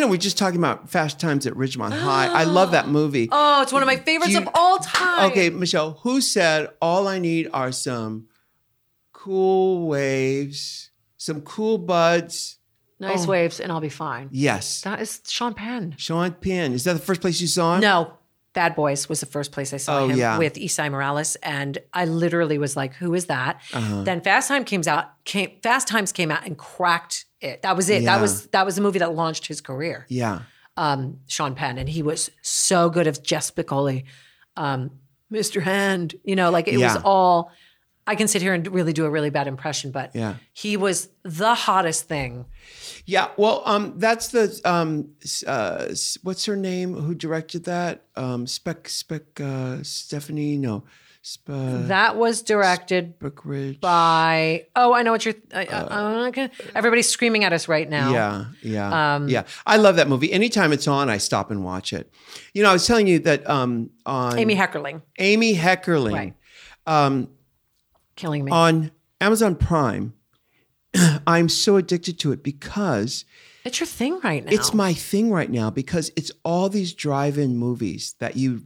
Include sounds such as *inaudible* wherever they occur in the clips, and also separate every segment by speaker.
Speaker 1: Oh,
Speaker 2: we were just talking about Fast Times at Ridgemont High. I love that movie.
Speaker 1: *gasps* Oh, it's one of my favorites
Speaker 2: You-
Speaker 1: of all time.
Speaker 2: Okay, Michelle, who said all I need are some cool waves, some cool buds?
Speaker 1: Nice
Speaker 2: Oh.
Speaker 1: waves, and I'll be fine.
Speaker 2: Yes.
Speaker 1: That is Sean Penn.
Speaker 2: Sean Penn. Is that the first place you saw him?
Speaker 1: No, Bad Boys was the first place I saw
Speaker 2: Oh,
Speaker 1: him
Speaker 2: yeah.
Speaker 1: with Isai Morales, and I literally was like, "Who is that?"
Speaker 2: Uh-huh.
Speaker 1: Then Fast Time came out. Came Fast Times came out and cracked it. That was it.
Speaker 2: Yeah.
Speaker 1: That was that was the movie that launched his career.
Speaker 2: Yeah.
Speaker 1: Um, Sean Penn, and he was so good as Jess Piccoli, um, Mr. Hand. You know, like it
Speaker 2: Yeah.
Speaker 1: was all. I can sit here and really do a really bad impression, but
Speaker 2: Yeah.
Speaker 1: he was the hottest thing.
Speaker 2: Yeah. Well, um, that's the um, s- uh, s- what's her name? Who directed that? Um, Spec Spec uh, Stephanie? No, Spe-
Speaker 1: That was directed
Speaker 2: Brookridge.
Speaker 1: by. Oh, I know what you're. I, I, I, can- everybody's screaming at us right now.
Speaker 2: Uh, Yeah, yeah,
Speaker 1: Um,
Speaker 2: yeah. I love that movie. Anytime it's on, I stop and watch it. You know, I was telling you that um, on
Speaker 1: Amy Heckerling
Speaker 2: Amy Heckerling
Speaker 1: Right. killing me.
Speaker 2: on Amazon Prime. *clears throat* I'm so addicted to it because
Speaker 1: it's your thing right now.
Speaker 2: It's my thing right now because it's all these drive-in movies that you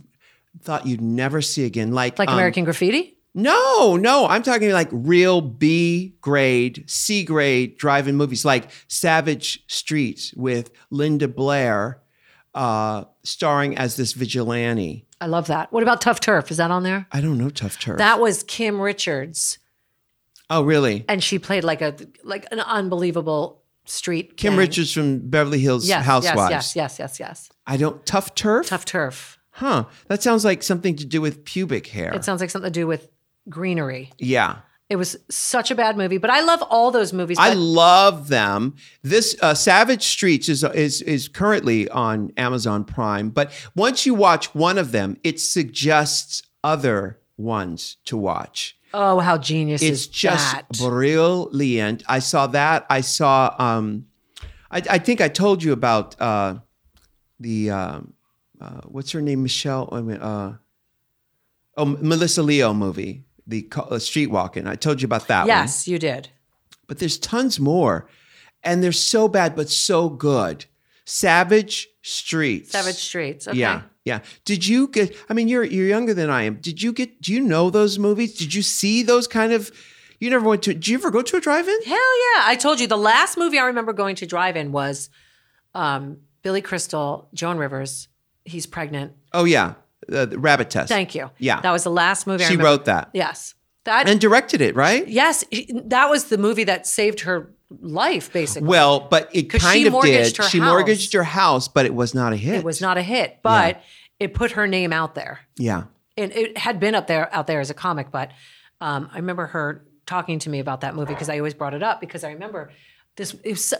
Speaker 2: thought you'd never see again. Like,
Speaker 1: like
Speaker 2: um,
Speaker 1: American Graffiti.
Speaker 2: No, no, I'm talking like real B grade, C grade drive-in movies, like Savage Streets with Linda Blair, uh, starring as this vigilante.
Speaker 1: I love that. What about Tough Turf? Is that on there?
Speaker 2: I don't know, tough turf.
Speaker 1: That was Kim Richards,
Speaker 2: oh, really?
Speaker 1: and she played like a like an unbelievable street.
Speaker 2: Kim
Speaker 1: gang.
Speaker 2: Richards from Beverly Hills
Speaker 1: Yes,
Speaker 2: Housewives.
Speaker 1: Yes, yes, yes, yes, yes.
Speaker 2: I don't tough turf.
Speaker 1: Tough Turf.
Speaker 2: Huh? That sounds like something to do with pubic hair.
Speaker 1: It sounds like something to do with greenery.
Speaker 2: yeah.
Speaker 1: It was such a bad movie, but I love all those movies.
Speaker 2: I
Speaker 1: but-
Speaker 2: love them. This uh, Savage Streets is is is currently on Amazon Prime, but once you watch one of them, it suggests other ones to watch.
Speaker 1: oh, how genius
Speaker 2: It's
Speaker 1: is
Speaker 2: just
Speaker 1: that?
Speaker 2: brilliant. I saw that. I saw. Um, I, I think I told you about uh, the um uh, what's her name, Michelle. I mean, uh, oh, Melissa Leo movie, the co- uh, Street Walking. I told you about that. one
Speaker 1: Yes, you did.
Speaker 2: but there's tons more. And they're so bad, but so good. Savage Streets.
Speaker 1: Savage Streets. Okay.
Speaker 2: Yeah. Yeah. Did you get I mean you're you're younger than I am. Did you get do you know those movies? Did you see those kind of you never went to did you ever go to a drive-in?
Speaker 1: Hell yeah. I told you the last movie I remember going to drive in was um, Billy Crystal, Joan Rivers. He's pregnant.
Speaker 2: Oh yeah. Uh, the Rabbit Test.
Speaker 1: Thank you.
Speaker 2: Yeah.
Speaker 1: That was the last movie I
Speaker 2: She
Speaker 1: remember.
Speaker 2: wrote that.
Speaker 1: Yes. That
Speaker 2: And directed it, right?
Speaker 1: yes, he- that was the movie that saved her life basically.
Speaker 2: Well, but it
Speaker 1: 'Cause she
Speaker 2: kind of
Speaker 1: mortgaged
Speaker 2: did.
Speaker 1: her
Speaker 2: She
Speaker 1: house.
Speaker 2: mortgaged her house, but it was not a hit.
Speaker 1: it was not a hit, but it put her name out there.
Speaker 2: Yeah.
Speaker 1: and it had been up there out there as a comic, but um, I remember her talking to me about that movie because I always brought it up because I remember this. It was, su-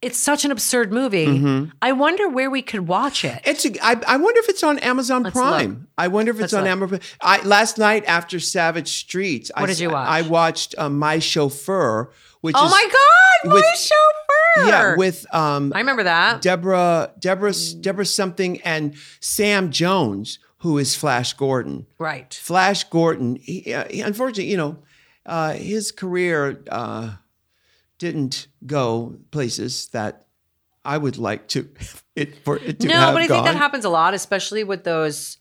Speaker 1: it's such an absurd movie.
Speaker 2: Mm-hmm.
Speaker 1: I wonder where we could watch it.
Speaker 2: It's. A, I, I wonder if it's on Amazon Prime. I wonder if it's on
Speaker 1: look.
Speaker 2: Amazon. I last night after Savage Streets, I,
Speaker 1: What did you watch?
Speaker 2: I watched uh, My Chauffeur, which
Speaker 1: oh
Speaker 2: is
Speaker 1: my God,
Speaker 2: with-
Speaker 1: my chauffeur.
Speaker 2: yeah with um
Speaker 1: I remember that.
Speaker 2: Deborah Deborah Deborah something and Sam Jones, who is Flash Gordon.
Speaker 1: right.
Speaker 2: Flash Gordon, he, uh, he- unfortunately, you know, uh, his career uh, didn't go places that I would like to *laughs* it for it to
Speaker 1: No,
Speaker 2: have
Speaker 1: but I
Speaker 2: gone.
Speaker 1: think that happens a lot, especially with those.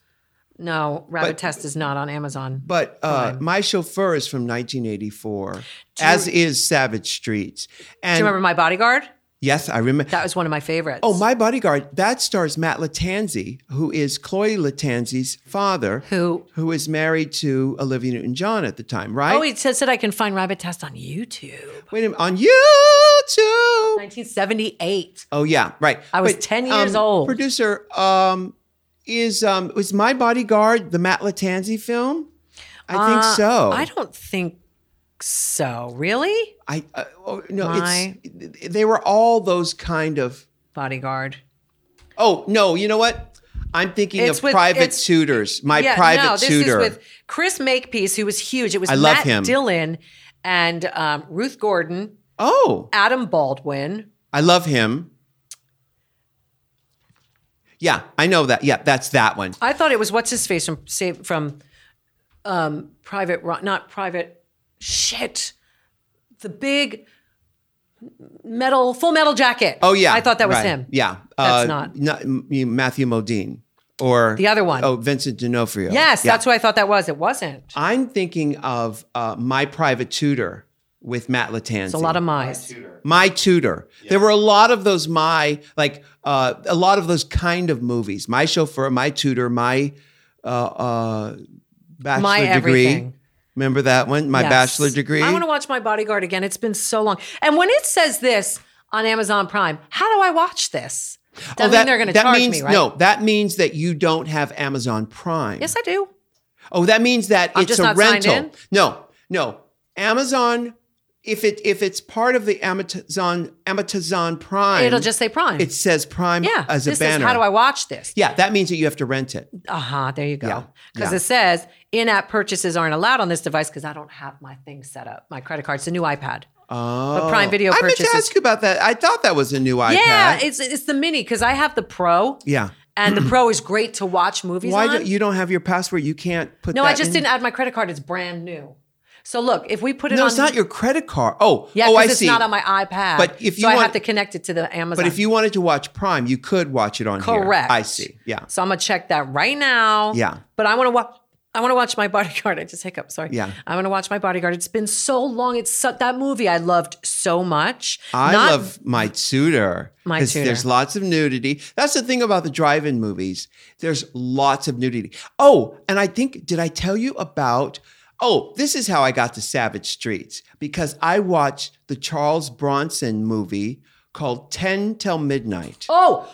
Speaker 1: No, Rabbit Test is not on Amazon.
Speaker 2: But uh, my chauffeur is from 1984, as is Savage Streets. And
Speaker 1: Do you remember My Bodyguard?
Speaker 2: yes, I remember.
Speaker 1: That was one of my favorites.
Speaker 2: oh, my bodyguard. That stars Matt Latanzi, who is Chloe Latanzi's father,
Speaker 1: Who?
Speaker 2: who is married to Olivia Newton-John at the time, right?
Speaker 1: Oh, it says that I can find Rabbit Test on YouTube.
Speaker 2: Wait a minute, on YouTube.
Speaker 1: 1978.
Speaker 2: Oh yeah, right.
Speaker 1: I was 10 years
Speaker 2: um,
Speaker 1: old.
Speaker 2: Producer, um, is um, was my bodyguard the Matt Latanzi film? I think
Speaker 1: Uh,
Speaker 2: so.
Speaker 1: I don't think so. Really?
Speaker 2: I uh, oh, no,
Speaker 1: My-
Speaker 2: it's they were all those kind of.
Speaker 1: Bodyguard.
Speaker 2: Oh no, you know what? I'm thinking
Speaker 1: It's
Speaker 2: of
Speaker 1: with-
Speaker 2: private
Speaker 1: it's-
Speaker 2: tutors. My private
Speaker 1: no, this
Speaker 2: tutor.
Speaker 1: is with Chris Makepeace, who was huge. It was
Speaker 2: I love
Speaker 1: Matt
Speaker 2: him.
Speaker 1: Dillon and um, Ruth Gordon,
Speaker 2: oh,
Speaker 1: Adam Baldwin.
Speaker 2: I love him. Yeah, I know that. Yeah, that's that one.
Speaker 1: I thought it was what's his face from save from um, Private Ro- not Private shit. The big metal Full Metal Jacket.
Speaker 2: Oh yeah,
Speaker 1: I thought that was
Speaker 2: right.
Speaker 1: him.
Speaker 2: Yeah,
Speaker 1: That's not-
Speaker 2: m- you- Matthew Modine or
Speaker 1: The other one.
Speaker 2: Oh, Vincent D'Onofrio.
Speaker 1: Yes,
Speaker 2: Yeah.
Speaker 1: that's who I thought that was. It wasn't. It's
Speaker 2: I'm thinking of uh, my private tutor with Matt Latanzi.
Speaker 1: a lot of mice.
Speaker 3: Tutor.
Speaker 2: My Tutor. There were a lot of those my like uh, a lot of those kind of movies. My chauffeur, my tutor, my uh, uh, bachelor
Speaker 1: My
Speaker 2: degree.
Speaker 1: everything.
Speaker 2: Remember that one? My
Speaker 1: Yes.
Speaker 2: bachelor degree.
Speaker 1: I want to watch My Bodyguard again. It's been so long. And when it says this on Amazon Prime, how do I watch this? Doesn't
Speaker 2: Oh,
Speaker 1: mean they're going to charge
Speaker 2: means,
Speaker 1: me, right?
Speaker 2: No, that means that you don't have Amazon Prime.
Speaker 1: Yes, I do.
Speaker 2: Oh, that means that
Speaker 1: I'm
Speaker 2: it's
Speaker 1: just
Speaker 2: a
Speaker 1: not signed in?
Speaker 2: rental. No, no. Amazon, if it if it's part of the Amazon Amazon Prime,
Speaker 1: It'll just say Prime.
Speaker 2: it says Prime
Speaker 1: yeah.
Speaker 2: as a
Speaker 1: this
Speaker 2: banner.
Speaker 1: Is, how do I watch this?
Speaker 2: yeah, that means that you have to rent it.
Speaker 1: Uh huh. There you
Speaker 2: Yeah.
Speaker 1: go. Because
Speaker 2: Yeah.
Speaker 1: it says in app purchases aren't allowed on this device because I don't have my thing set up. My credit card. It's a new iPad.
Speaker 2: Oh,
Speaker 1: Prime Video
Speaker 2: I meant
Speaker 1: purchases-
Speaker 2: to ask you about that. I thought that was a new iPad.
Speaker 1: Yeah. It's, it's the mini because I have the Pro
Speaker 2: yeah.
Speaker 1: and the Pro is great to watch movies
Speaker 2: Why
Speaker 1: on.
Speaker 2: don't you don't have your password? You can't put.
Speaker 1: No,
Speaker 2: that
Speaker 1: I just
Speaker 2: in?
Speaker 1: didn't add my credit card. It's brand new. So look, if we put it
Speaker 2: No,
Speaker 1: on,
Speaker 2: it's not your credit card. Oh,
Speaker 1: yeah,
Speaker 2: oh,
Speaker 1: 'cause
Speaker 2: I
Speaker 1: it's
Speaker 2: see.
Speaker 1: not on my iPad.
Speaker 2: But if you
Speaker 1: so I
Speaker 2: want-
Speaker 1: have to connect it to the Amazon.
Speaker 2: but if you wanted to watch Prime, you could watch it on here.
Speaker 1: correct,
Speaker 2: I see. Yeah.
Speaker 1: So I'm gonna check that right now.
Speaker 2: Yeah.
Speaker 1: But I want to watch. I want to watch my *laughs* bodyguard. I just hiccup. Sorry.
Speaker 2: Yeah.
Speaker 1: I want to watch my bodyguard. It's been so long. It's so, that movie I loved so much.
Speaker 2: I
Speaker 1: Not-
Speaker 2: love my tutor.
Speaker 1: My
Speaker 2: 'cause
Speaker 1: Tutor.
Speaker 2: There's lots of nudity. That's the thing about the drive-in movies. There's lots of nudity. Oh, and I think did I tell you about? Oh, this is how I got to Savage Streets because I watched the Charles Bronson movie called Ten Till Midnight.
Speaker 1: Oh,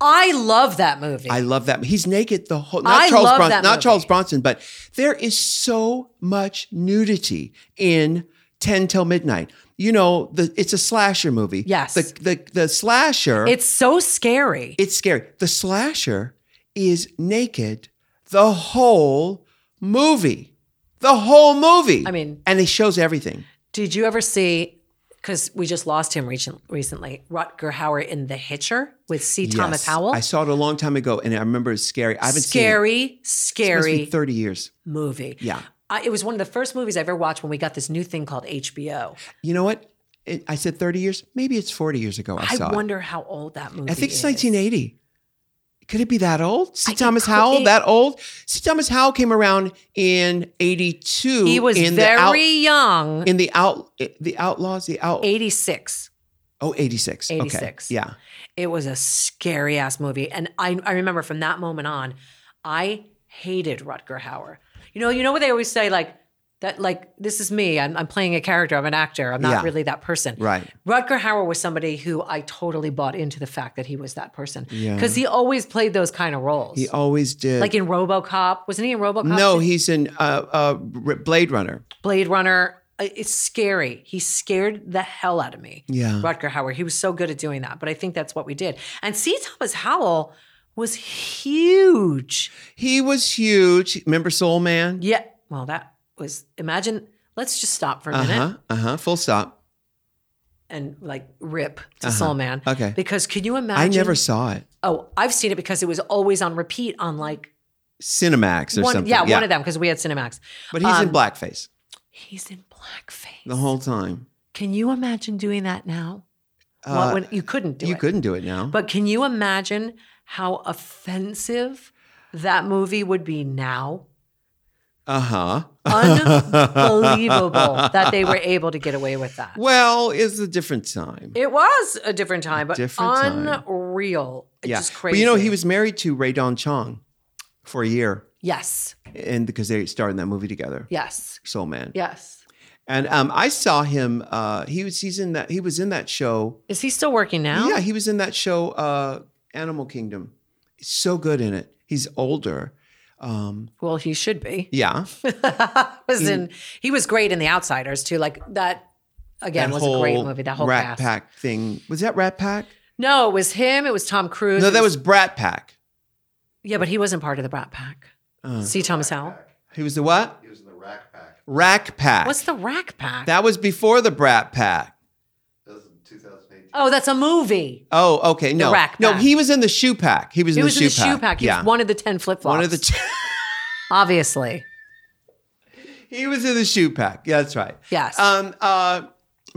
Speaker 1: I love that movie.
Speaker 2: I love that. He's naked the whole. Not
Speaker 1: I
Speaker 2: Charles
Speaker 1: love
Speaker 2: Bronson.
Speaker 1: that
Speaker 2: not
Speaker 1: movie.
Speaker 2: Charles Bronson, but there is so much nudity in Ten Till Midnight. You know, the it's a slasher movie.
Speaker 1: Yes.
Speaker 2: The the the slasher.
Speaker 1: it's so scary.
Speaker 2: it's scary. The slasher is naked the whole movie. The whole movie.
Speaker 1: I mean-
Speaker 2: and it shows everything.
Speaker 1: Did you ever see? Because we just lost him recent, recently. Rutger Hauer in The Hitcher with C. Thomas
Speaker 2: Yes.
Speaker 1: Howell.
Speaker 2: I saw it a long time ago, and I remember it's scary. I haven't
Speaker 1: scary,
Speaker 2: seen it. It must be
Speaker 1: scary
Speaker 2: Thirty years.
Speaker 1: movie.
Speaker 2: Yeah.
Speaker 1: I, it was one of the first movies I ever watched when we got this new thing called HBO.
Speaker 2: You know what? It, I said 30 years. Maybe it's 40 years ago. I,
Speaker 1: I,
Speaker 2: saw
Speaker 1: wonder how old that movie.
Speaker 2: it. I think it's
Speaker 1: is.
Speaker 2: 1980. Could it be that old? C.
Speaker 1: I- it
Speaker 2: Thomas
Speaker 1: could-
Speaker 2: Howell,
Speaker 1: it-
Speaker 2: that old? C. Thomas Howell came around in 82.
Speaker 1: He was
Speaker 2: in
Speaker 1: very
Speaker 2: the out,
Speaker 1: young.
Speaker 2: in the out the outlaws, the out
Speaker 1: Eighty six.
Speaker 2: oh 86. Okay.
Speaker 1: 86.
Speaker 2: Yeah.
Speaker 1: It was a scary ass movie, and I, I remember from that moment on, I hated Rutger Hauer. You know, you know what they always say, like that, like this is me. I'm, I'm playing a character. I'm an actor. I'm not
Speaker 2: Yeah.
Speaker 1: really that person.
Speaker 2: Right.
Speaker 1: Rutger Hauer was somebody who I totally bought into the fact that he was that person
Speaker 2: Yeah.
Speaker 1: because he always played those kind of roles.
Speaker 2: He always did.
Speaker 1: like in RoboCop, wasn't he in RoboCop?
Speaker 2: no, he's in uh, uh, R- Blade Runner.
Speaker 1: Blade Runner. I- It's scary. He scared the hell out of me.
Speaker 2: Yeah.
Speaker 1: Rutger Hauer. He was so good at doing that, but I think that's what we did. And C. Thomas Howell was huge.
Speaker 2: He was huge. Remember Soul Man?
Speaker 1: Yeah. Well, that was imagine. Let's just stop for a
Speaker 2: Uh
Speaker 1: minute
Speaker 2: huh. Uh huh. Full stop.
Speaker 1: and like rip to
Speaker 2: Uh-huh.
Speaker 1: Soul Man.
Speaker 2: Okay.
Speaker 1: Because can you imagine?
Speaker 2: I never saw it.
Speaker 1: Oh, I've seen it because it was always on repeat on like
Speaker 2: Cinemax or
Speaker 1: one.
Speaker 2: something.
Speaker 1: Yeah, one of them because we had Cinemax.
Speaker 2: But he's in
Speaker 1: Um,
Speaker 2: blackface
Speaker 1: He's in blackface.
Speaker 2: the whole time.
Speaker 1: Can you imagine doing that now?
Speaker 2: Uh,
Speaker 1: well, when, you couldn't do
Speaker 2: you
Speaker 1: it.
Speaker 2: couldn't do it now.
Speaker 1: But can you imagine how offensive that movie would
Speaker 2: *laughs*
Speaker 1: be now?
Speaker 2: uh huh.
Speaker 1: Unbelievable that they were able to get away with that.
Speaker 2: *laughs* Well, it's a different time.
Speaker 1: It was a different time, but
Speaker 2: Different time.
Speaker 1: unreal. It's
Speaker 2: yeah.
Speaker 1: just crazy.
Speaker 2: But you know, he was married to Ray Don Chong for a year,
Speaker 1: Yes,
Speaker 2: and because they starred in that movie together,
Speaker 1: yes,
Speaker 2: Soul Man.
Speaker 1: yes.
Speaker 2: And um, I saw him. Uh, he was he's in that. He was in that show.
Speaker 1: Is he still working now?
Speaker 2: Yeah, he was in that show, uh, Animal Kingdom. He's so good in it. He's older. Um,
Speaker 1: Well, he should be.
Speaker 2: yeah.
Speaker 1: *laughs* was
Speaker 2: He-
Speaker 1: in, he was great in The Outsiders too. Like that again
Speaker 2: That
Speaker 1: was a great
Speaker 2: whole
Speaker 1: movie. That whole
Speaker 2: Rat
Speaker 1: cast.
Speaker 2: Pack thing was that Rat Pack?
Speaker 1: No, it was him. It was Tom Cruise.
Speaker 2: No,
Speaker 1: it
Speaker 2: that was Brat Pack.
Speaker 1: yeah, but he wasn't part of the Brat Pack.
Speaker 2: Uh,
Speaker 1: See Thomas Howell.
Speaker 2: he was the what?
Speaker 3: He was in the Rack Pack.
Speaker 2: Rack Pack.
Speaker 1: What's the Rack Pack?
Speaker 2: That was before the Brat Pack.
Speaker 3: That was in 2018.
Speaker 1: Oh, that's a movie.
Speaker 2: Oh, okay. No,
Speaker 1: Rack
Speaker 2: no,
Speaker 1: Pack.
Speaker 2: he was in the shoe pack. He was in
Speaker 1: He
Speaker 2: the
Speaker 1: was
Speaker 2: shoe
Speaker 1: in the shoe pack. He
Speaker 2: yeah,
Speaker 1: was one of the ten flip flops.
Speaker 2: One of the. Two, *laughs*
Speaker 1: obviously.
Speaker 2: he was in the shoe pack. Yeah, that's right.
Speaker 1: Yes.
Speaker 2: Um. Uh.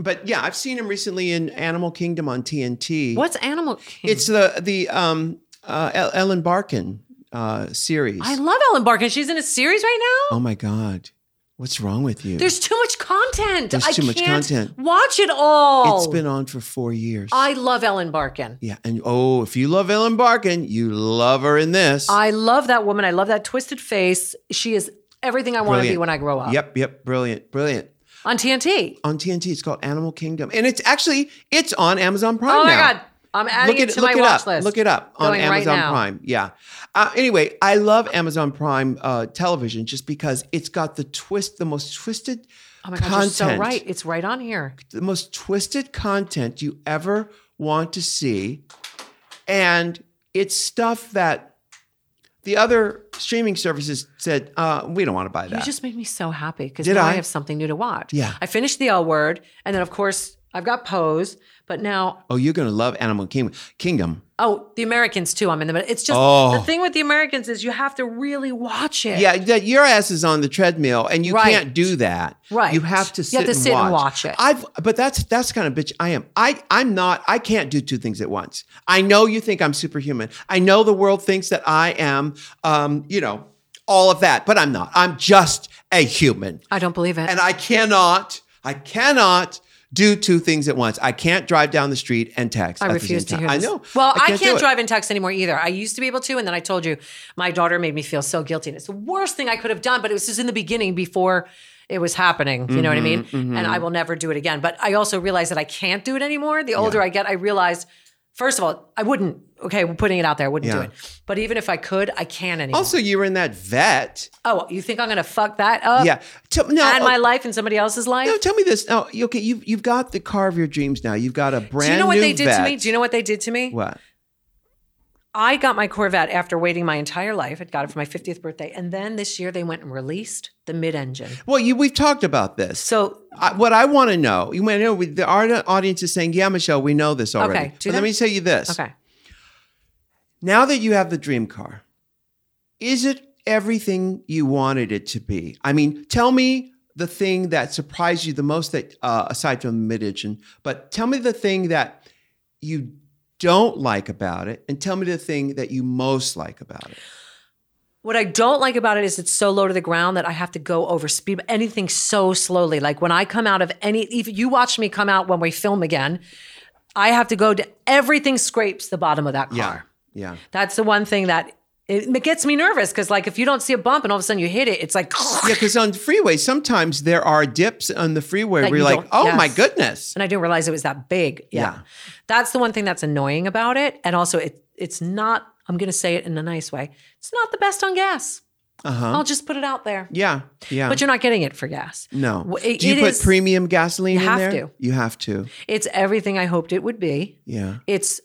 Speaker 2: but yeah, I've seen him recently in Animal Kingdom on TNT.
Speaker 1: What's Animal Kingdom?
Speaker 2: It's the the um uh El- Ellen Barkin uh series.
Speaker 1: I love Ellen Barkin. She's in a series right now.
Speaker 2: oh my god. What's wrong with you?
Speaker 1: There's too much content.
Speaker 2: There's
Speaker 1: I
Speaker 2: too much
Speaker 1: can't
Speaker 2: content.
Speaker 1: Watch it all.
Speaker 2: it's been on for 4 years.
Speaker 1: I love Ellen Barkin.
Speaker 2: yeah, and oh, if you love Ellen Barkin, you love her in this.
Speaker 1: I love that woman. I love that twisted face. She is everything I want to be
Speaker 2: Brilliant.
Speaker 1: when I grow up.
Speaker 2: Yep, yep, brilliant, brilliant.
Speaker 1: On TNT.
Speaker 2: On TNT, it's called Animal Kingdom, and it's actually it's on Amazon Prime.
Speaker 1: Oh my
Speaker 2: now.
Speaker 1: god. I'm adding
Speaker 2: look
Speaker 1: it,
Speaker 2: it,
Speaker 1: to
Speaker 2: look
Speaker 1: my
Speaker 2: it
Speaker 1: watch
Speaker 2: up.
Speaker 1: list.
Speaker 2: Look it up on
Speaker 1: Going right
Speaker 2: Amazon
Speaker 1: now.
Speaker 2: Prime. Yeah. Uh, anyway, I love Amazon Prime uh, television just because it's got the twist, the most twisted
Speaker 1: Oh my god,
Speaker 2: content,
Speaker 1: you're so right. It's right on here.
Speaker 2: the most twisted content you ever want to see, and it's stuff that the other streaming services said uh, we don't want to buy that.
Speaker 1: You just made me so happy because
Speaker 2: Did
Speaker 1: now I?
Speaker 2: I?
Speaker 1: have something new to watch.
Speaker 2: Yeah.
Speaker 1: I finished the L word, and then of course I've got Pose, but now
Speaker 2: oh, you're gonna love Animal Kingdom. Kingdom.
Speaker 1: oh the Americans too. I'm in the middle. It's just
Speaker 2: Oh.
Speaker 1: the thing with the Americans is you have to really watch it.
Speaker 2: Yeah, that your ass is on the treadmill, and you
Speaker 1: Right.
Speaker 2: can't do that.
Speaker 1: Right.
Speaker 2: You have to
Speaker 1: You
Speaker 2: sit,
Speaker 1: have to
Speaker 2: and,
Speaker 1: sit
Speaker 2: watch.
Speaker 1: and watch it.
Speaker 2: I've, but that's that's the kind of bitch I am. I I'm not. I can't do two things at once. I know you think I'm superhuman. I know the world thinks that I am. Um, you know, all of that, but I'm not. I'm just a human,
Speaker 1: I don't believe it.
Speaker 2: and I cannot. I cannot. Do two things at once. I can't drive down the street and text.
Speaker 1: I
Speaker 2: at the
Speaker 1: refuse
Speaker 2: same
Speaker 1: to
Speaker 2: time.
Speaker 1: hear.
Speaker 2: I
Speaker 1: this.
Speaker 2: know.
Speaker 1: Well, I can't,
Speaker 2: do it.
Speaker 1: drive and text anymore either. I used to be able to, and then I told you my daughter made me feel so guilty, and it's the worst thing I could have done. But it was just in the beginning before it was happening. You know
Speaker 2: Mm-hmm,
Speaker 1: what I mean? And I will never do it again. But I also realized that I can't do it anymore. The older I get, I realized. First of all, I wouldn't. Okay, we're putting it out there. I wouldn't do
Speaker 2: Yeah.
Speaker 1: it. But even if I could, I can't anymore.
Speaker 2: Also, you were in that vet.
Speaker 1: oh, you think I'm going to fuck that up?
Speaker 2: Yeah. Tell- no,
Speaker 1: Add
Speaker 2: uh,
Speaker 1: my life and somebody else's life?
Speaker 2: No, tell me this. Now, okay, you've you've got the car of your dreams now. You've got a brand.
Speaker 1: do you know what
Speaker 2: new
Speaker 1: they did to
Speaker 2: vet.
Speaker 1: me? Do you know what they did to me?
Speaker 2: what?
Speaker 1: I got my Corvette after waiting my entire life. I got it for my 50th birthday. And then this year they went and released the mid engine.
Speaker 2: Well, you, we've talked about this.
Speaker 1: So,
Speaker 2: I, what I want to know, you want to know, we, the our audience is saying, "Yeah, Michelle, we know this already."
Speaker 1: Okay, do
Speaker 2: but
Speaker 1: that.
Speaker 2: let me tell you this.
Speaker 1: okay.
Speaker 2: Now that you have the dream car, is it everything you wanted it to be? I mean, tell me the thing that surprised you the most that uh, aside from the mid-engine, but tell me the thing that you don't like about it and tell me the thing that you most like about it.
Speaker 1: What I don't like about it is it's so low to the ground that I have to go over speed, anything so slowly. Like when I come out of any, if you watch me come out when we film again, I have to go to everything scrapes the bottom of that car.
Speaker 2: Yeah.
Speaker 1: That's the one thing that it, it gets me nervous because, like, if you don't see a bump and all of a sudden you hit it, it's like,
Speaker 2: Yeah, because on freeways, sometimes there are dips on the freeway
Speaker 1: That
Speaker 2: where
Speaker 1: you
Speaker 2: you're like,
Speaker 1: don't-
Speaker 2: oh my
Speaker 1: yes.
Speaker 2: goodness.
Speaker 1: and I didn't realize it was that big. Yeah.
Speaker 2: Yeah.
Speaker 1: That's the one thing that's annoying about it. And also it it's not I'm going to say it in a nice way. It's not the best on gas.
Speaker 2: Uh huh.
Speaker 1: I'll just put it out there.
Speaker 2: Yeah. Yeah.
Speaker 1: But you're not getting it for gas.
Speaker 2: no.
Speaker 1: Well, it-
Speaker 2: Do you
Speaker 1: it
Speaker 2: put
Speaker 1: is-
Speaker 2: premium gasoline
Speaker 1: You
Speaker 2: in
Speaker 1: have
Speaker 2: there?
Speaker 1: to.
Speaker 2: You have to.
Speaker 1: It's everything I hoped it would be.
Speaker 2: Yeah.
Speaker 1: It's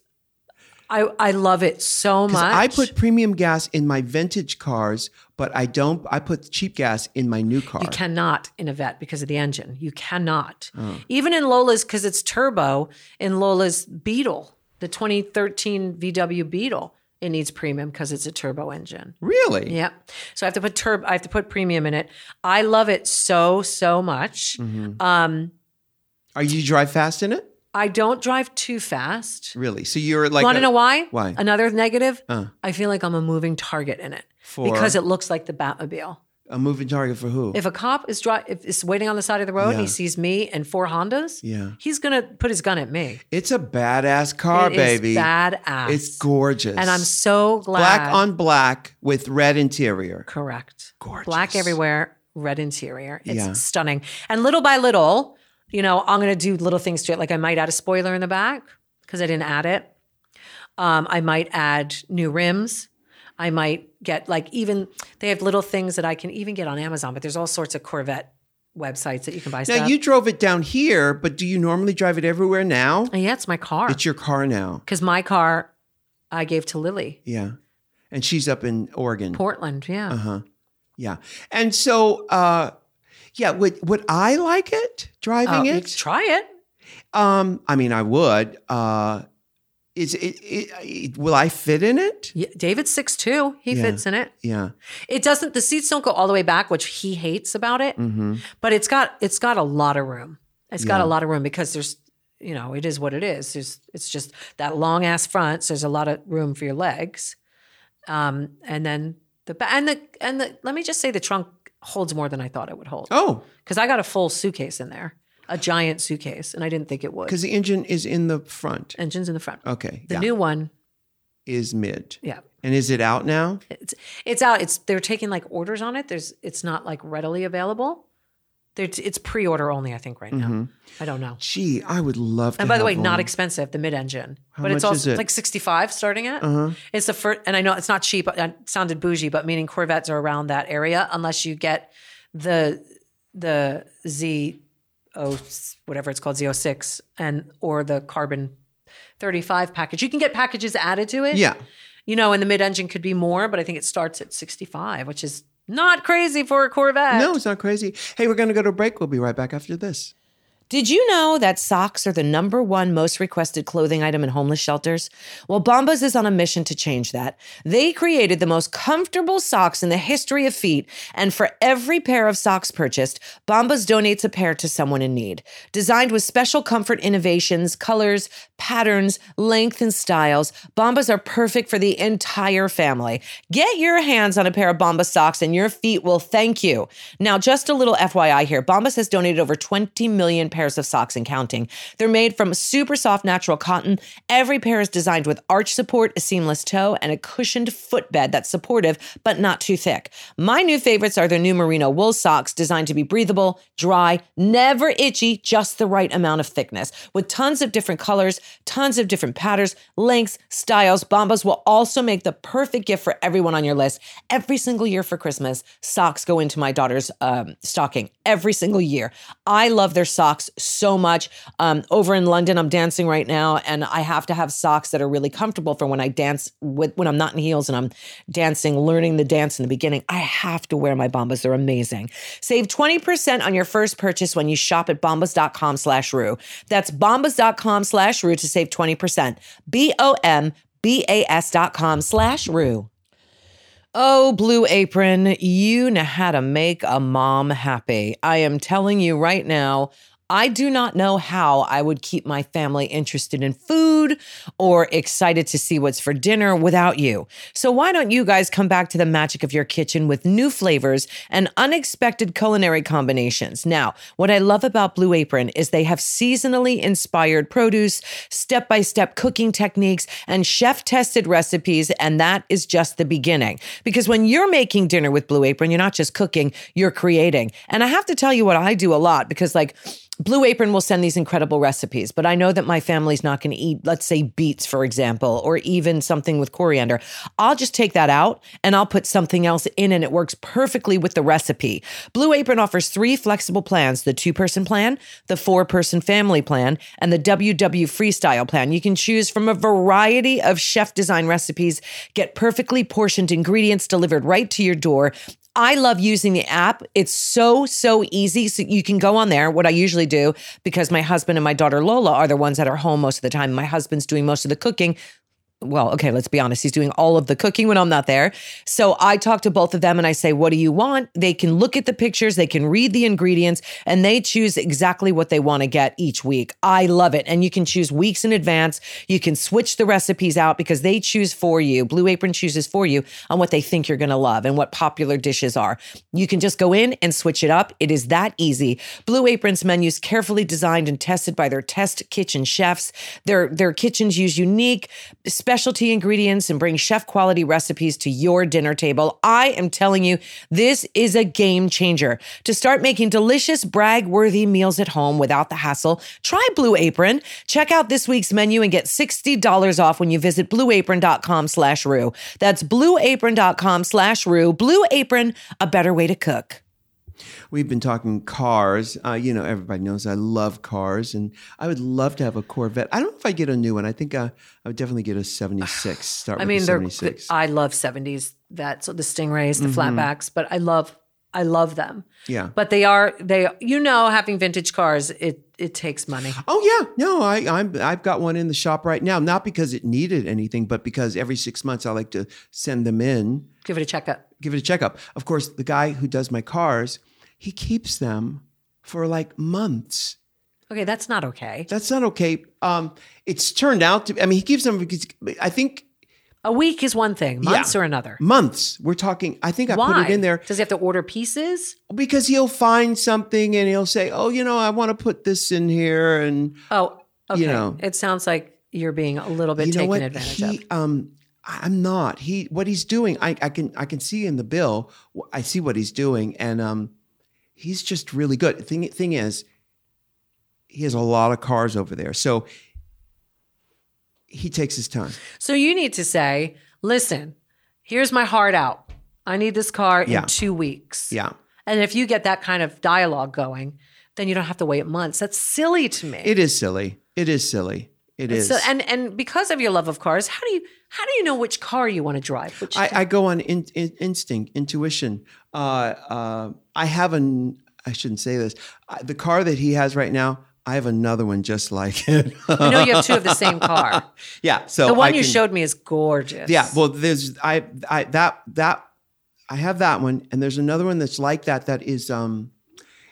Speaker 1: I I love it so much.
Speaker 2: Because I put premium gas in my vintage cars, but I don't. I put cheap gas in my new car.
Speaker 1: you cannot in a vet because of the engine. You cannot.
Speaker 2: Oh.
Speaker 1: Even in Lola's cuz it's turbo in Lola's Beetle, the 2013 VW Beetle, it needs premium because it's a turbo engine.
Speaker 2: Really?
Speaker 1: Yeah. So I have to put turb I have to put premium in it. I love it so so much.
Speaker 2: Mm-hmm.
Speaker 1: Um
Speaker 2: Are you drive fast in it?
Speaker 1: I don't drive too fast.
Speaker 2: Really? So you're like
Speaker 1: Want to
Speaker 2: a-
Speaker 1: know why?
Speaker 2: Why?
Speaker 1: Another negative?
Speaker 2: Uh.
Speaker 1: I feel like I'm a moving target in it
Speaker 2: For-
Speaker 1: because it looks like the Batmobile.
Speaker 2: a moving target for who?
Speaker 1: If a cop is dri- if is waiting on the side of the road and he
Speaker 2: Yeah.
Speaker 1: sees me and four Hondas,
Speaker 2: Yeah.
Speaker 1: he's gonna put his gun at me.
Speaker 2: it's a badass car,
Speaker 1: It is
Speaker 2: baby.
Speaker 1: badass.
Speaker 2: It's gorgeous.
Speaker 1: and I'm so glad.
Speaker 2: black on black with red interior.
Speaker 1: Correct.
Speaker 2: Gorgeous.
Speaker 1: Black everywhere, red interior. It's
Speaker 2: Yeah.
Speaker 1: stunning. And little by little, you know, I'm going to do little things to it. Like I might add a spoiler in the back because I didn't add it. Um, I might add new rims. I might get like even they have little things that I can even get on Amazon, but there's all sorts of Corvette websites that you can buy
Speaker 2: Now
Speaker 1: stuff.
Speaker 2: you drove it down here, but do you normally drive it everywhere now?
Speaker 1: and yeah, it's my car
Speaker 2: It's your car now.
Speaker 1: because my car I gave to Lily
Speaker 2: Yeah. And she's up in Oregon.
Speaker 1: Portland. Yeah,
Speaker 2: Uh-huh. Yeah. And so uh yeah, would would I like it
Speaker 1: Uh,
Speaker 4: Oh,
Speaker 2: driving
Speaker 1: you
Speaker 2: it?
Speaker 1: Try it.
Speaker 2: um I mean I would. Uh is it, it, it will I fit in it?
Speaker 1: Yeah, David's six two. He
Speaker 2: Yeah.
Speaker 1: fits in it.
Speaker 2: Yeah.
Speaker 1: It doesn't. The seats don't go all the way back, which he hates about it.
Speaker 2: Mhm.
Speaker 1: But it's got it's got a lot of room,
Speaker 4: It's got a lot of room because there's, you know, it is what it is. There's, it's just that long ass front. So there's a lot of room for your legs, um, and then the ba- and the and the. Let me just say the trunk holds more than I thought it would hold
Speaker 2: Oh,
Speaker 4: because I got a full suitcase in there, a giant suitcase, and I didn't think it would.
Speaker 2: because the engine is in the front.
Speaker 4: Engines in the front.
Speaker 2: Okay.
Speaker 4: The
Speaker 2: Oh, yeah.
Speaker 4: new one,
Speaker 2: is mid.
Speaker 4: yeah,
Speaker 2: And is it out now?
Speaker 4: it's it's out. It's they're taking like orders on it. There's it's not like readily available. They're, it's pre-order only, I think, right now.
Speaker 2: Mm-hmm.
Speaker 4: I don't know.
Speaker 2: Gee, I would love to.
Speaker 4: And by the
Speaker 2: have
Speaker 4: way, not
Speaker 2: one.
Speaker 4: expensive, the mid engine.
Speaker 2: How
Speaker 4: but it's
Speaker 2: much
Speaker 4: also
Speaker 2: is it?
Speaker 4: like 65 starting at.
Speaker 2: Uh-huh.
Speaker 4: It's the first, and I know it's not cheap. uh, It sounded bougie, but meaning Corvettes are around that area unless you get the the Z O whatever it's called Z06 and or the carbon 35 package. You can get packages added to it.
Speaker 2: Yeah.
Speaker 4: You know, and the mid engine could be more, but I think it starts at 65, which is not crazy for a Corvette.
Speaker 2: No, it's not crazy. Hey, we're going to go to a break. We'll be right back after this.
Speaker 1: Did you know that socks are the number one most requested clothing item in homeless shelters? Well, Bombas is on a mission to change that. They created the most comfortable socks in the history of feet, and for every pair of socks purchased, Bombas donates a pair to someone in need. Designed with special comfort innovations, colors, patterns, length, and styles, Bombas are perfect for the entire family. Get your hands on a pair of Bombas socks, and your feet will thank you. Now, just a little FYI here Bombas has donated over 20 million pairs of socks and counting. They're made from super soft natural cotton. Every pair is designed with arch support, a seamless toe, and a cushioned footbed that's supportive but not too thick. My new favorites are their new merino wool socks designed to be breathable, dry, never itchy, just the right amount of thickness. With tons of different colors, tons of different patterns, lengths, styles, Bombas will also make the perfect gift for everyone on your list. Every single year for Christmas, socks go into my daughter's um, stocking every single year. I love their socks so much. Um, over in London, I'm dancing right now, and I have to have socks that are really comfortable for when I dance with when I'm not in heels and I'm dancing, learning the dance in the beginning. I have to wear my Bombas. They're amazing. Save 20% on your first purchase when you shop at bombas.com slash rue. That's bombas.com slash rue to save 20%. B-O-M-B-A-S dot com slash rue. Oh, Blue Apron, you know how to make a mom happy. I am telling you right now, I do not know how I would keep my family interested in food or excited to see what's for dinner without you. So, why don't you guys come back to the magic of your kitchen with new flavors and unexpected culinary combinations? Now, what I love about Blue Apron is they have seasonally inspired produce, step by step cooking techniques, and chef tested recipes. And that is just the beginning. Because when you're making dinner with Blue Apron, you're not just cooking, you're creating. And I have to tell you what I do a lot because, like, Blue Apron will send these incredible recipes, but I know that my family's not going to eat, let's say, beets, for example, or even something with coriander. I'll just take that out and I'll put something else in, and it works perfectly with the recipe. Blue Apron offers three flexible plans the two person plan, the four person family plan, and the WW Freestyle plan. You can choose from a variety of chef design recipes, get perfectly portioned ingredients delivered right to your door. I love using the app. It's so, so easy. So you can go on there, what I usually do, because my husband and my daughter Lola are the ones that are home most of the time. My husband's doing most of the cooking. Well, okay, let's be honest. He's doing all of the cooking when I'm not there. So I talk to both of them and I say, What do you want? They can look at the pictures, they can read the ingredients, and they choose exactly what they want to get each week. I love it. And you can choose weeks in advance. You can switch the recipes out because they choose for you. Blue Apron chooses for you on what they think you're going to love and what popular dishes are. You can just go in and switch it up. It is that easy. Blue Apron's menus carefully designed and tested by their test kitchen chefs. Their their kitchens use unique specialty ingredients and bring chef quality recipes to your dinner table. I am telling you, this is a game changer. To start making delicious brag-worthy meals at home without the hassle, try Blue Apron. Check out this week's menu and get $60 off when you visit blueapron.com slash rue. That's blueapron.com slash rue. Blue Apron, a better way to cook.
Speaker 2: We've been talking cars. Uh, you know, everybody knows I love cars, and I would love to have a Corvette. I don't know if I get a new one. I think uh, I would definitely get
Speaker 4: *sighs*
Speaker 2: a '76. Start.
Speaker 4: I
Speaker 2: with
Speaker 4: mean,
Speaker 2: a
Speaker 4: they're,
Speaker 2: 76.
Speaker 4: I love 70s, that, so the Stingrays, the flatbacks, but I love, I love them.
Speaker 2: Mm-hmm. yeah.
Speaker 4: But they are they you know having vintage cars it it takes money.
Speaker 2: Oh yeah, no, I I'm I've got one in the shop right now. Not because it needed anything, but because every six months I like to send them in,
Speaker 4: Give it a checkup.
Speaker 2: give it a checkup. Of course, the guy who does my cars, he keeps them for like months.
Speaker 1: Okay, that's not okay.
Speaker 2: That's not okay. Um, it's turned out to. I mean, he gives them. I think
Speaker 1: A week is one thing, months
Speaker 2: Yeah.
Speaker 1: or another.
Speaker 2: months. We're talking. I think I
Speaker 1: Why?
Speaker 2: put it in there
Speaker 1: Does he have to order pieces?
Speaker 2: because he'll find something and he'll say, "Oh, you know, I want to put this in here," and
Speaker 1: Oh, okay.
Speaker 2: You know.
Speaker 1: it sounds like you're being a little bit
Speaker 2: you know
Speaker 1: taken
Speaker 2: what?
Speaker 1: advantage
Speaker 2: he,
Speaker 1: of.
Speaker 2: um, I- I'm not. He what he's doing. I, I can I can see in the bill. wh- I see what he's doing, and um, he's just really good. Thing thing is, he has a lot of cars over there, so he takes his time.
Speaker 1: So you need to say, listen, here's my heart out. I need this car
Speaker 2: Yeah.
Speaker 1: in two weeks.
Speaker 2: Yeah.
Speaker 1: And if you get that kind of dialogue going, then you don't have to wait months. That's silly to me.
Speaker 2: It is silly. It is silly. It is.
Speaker 1: So, and and because of your love of cars, how do you how do you know which car you want to drive? Which
Speaker 2: I, I go on in, in, instinct, intuition. Uh, uh, I have an. I shouldn't say this. I, the car that he has right now, I have another one just like *laughs* it.
Speaker 1: I know you have two
Speaker 2: *laughs*
Speaker 1: of the same car.
Speaker 2: yeah. So
Speaker 1: The one
Speaker 2: I
Speaker 1: you
Speaker 2: can-
Speaker 1: showed me is gorgeous.
Speaker 2: Yeah. Well, there's I I that that I have that one, and there's another one that's like that. That is um,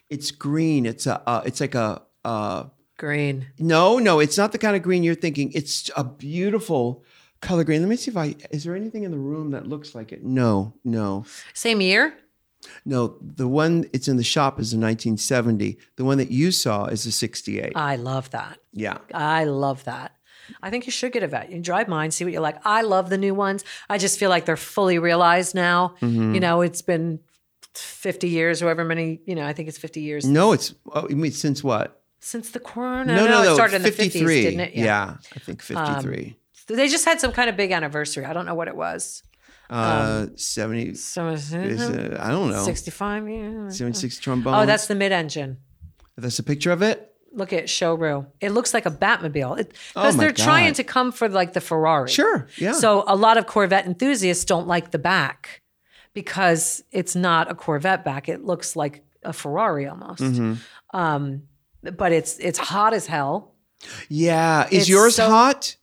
Speaker 2: it's green. It's a uh, it's like a uh.
Speaker 1: green.
Speaker 2: No, no, it's not the kind of green you're thinking. It's a beautiful color green. Let me see if I is there anything in the room that looks like it? No, no.
Speaker 1: Same year.
Speaker 2: No, the one it's in the shop is a 1970. The one that you saw is a 68.
Speaker 1: I love that.
Speaker 2: yeah.
Speaker 1: I love that. I think you should get a vet. You drive mine, see what you like. I love the new ones. I just feel like they're fully realized now.
Speaker 2: Mm-hmm.
Speaker 1: You know, it's been 50 years, however many, you know, I think it's 50 years
Speaker 2: No, it's oh, you mean since what?
Speaker 1: since the corona.
Speaker 2: No, no, no.
Speaker 1: it started in the 50s,
Speaker 2: 53.
Speaker 1: didn't it?
Speaker 2: Yeah. I think 53.
Speaker 1: They just had some kind of big anniversary. I don't know what it was. Um,
Speaker 2: uh 70 is,
Speaker 1: So
Speaker 2: uh, I don't know.
Speaker 1: 65 yeah.
Speaker 2: 76 trombone.
Speaker 1: mm-hmm. Oh, that's the mid engine.
Speaker 2: that's a picture of it?
Speaker 1: Look at showroom. It looks like a Batmobile. It
Speaker 2: Oh,
Speaker 1: because
Speaker 2: my
Speaker 1: they're trying
Speaker 2: God.
Speaker 1: to come for like the Ferrari.
Speaker 2: Sure. Yeah.
Speaker 1: So a lot of Corvette enthusiasts don't like the back because it's not a Corvette back. It looks like a Ferrari almost.
Speaker 2: Mm-hmm.
Speaker 1: Um, but it's it's hot as hell.
Speaker 2: yeah, is
Speaker 1: it's
Speaker 2: yours
Speaker 1: so-
Speaker 2: hot?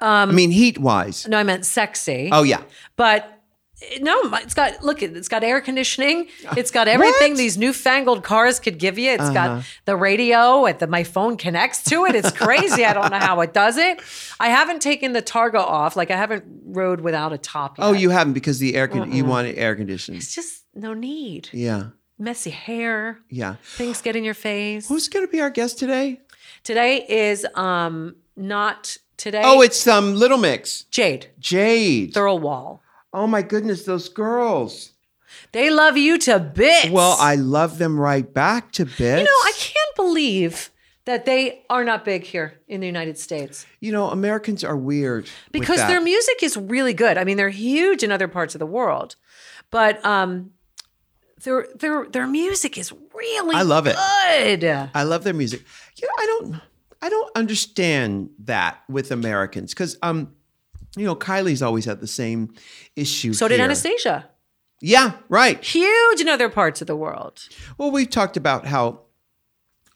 Speaker 2: Um I mean heat-wise.
Speaker 1: No, I meant sexy.
Speaker 2: Oh yeah.
Speaker 1: But eh, no, my- it's got look. It's got air conditioning. It's got everything
Speaker 2: What? Uh-huh.
Speaker 1: these newfangled cars could give you. It's got the radio. And the, my phone connects to it. It's crazy. I don't know how it does it. I haven't taken the Targa off. Like I haven't rode without a top. Yet.
Speaker 2: Oh, you haven't because the air con- you wanted air conditioning.
Speaker 1: It's just no need.
Speaker 2: Yeah.
Speaker 1: Messy hair.
Speaker 2: Yeah.
Speaker 1: Things get in your face.
Speaker 2: Who's going to be our guest today?
Speaker 1: today is um not today.
Speaker 2: Oh, it's um Little Mix.
Speaker 1: Jade
Speaker 2: Jade.
Speaker 1: Thirlwall.
Speaker 2: Oh my goodness, those girls.
Speaker 1: They love you to bits.
Speaker 2: Well, I love them right back to bits.
Speaker 1: You know, I can't believe that they are not big here in the United States
Speaker 2: You know, Americans are weird with
Speaker 1: because
Speaker 2: that.
Speaker 1: their music is really good. I mean, they're huge in other parts of the world, but um, their their their music is really
Speaker 2: I love it.
Speaker 1: good.
Speaker 2: I love their music. You know, I don't I don't understand that with Americans cuz um you know, Kylie's always had the same issue.
Speaker 1: So did
Speaker 2: here.
Speaker 1: Anastasia.
Speaker 2: Yeah, right.
Speaker 1: Huge in other parts of the world.
Speaker 2: Well, we've talked about how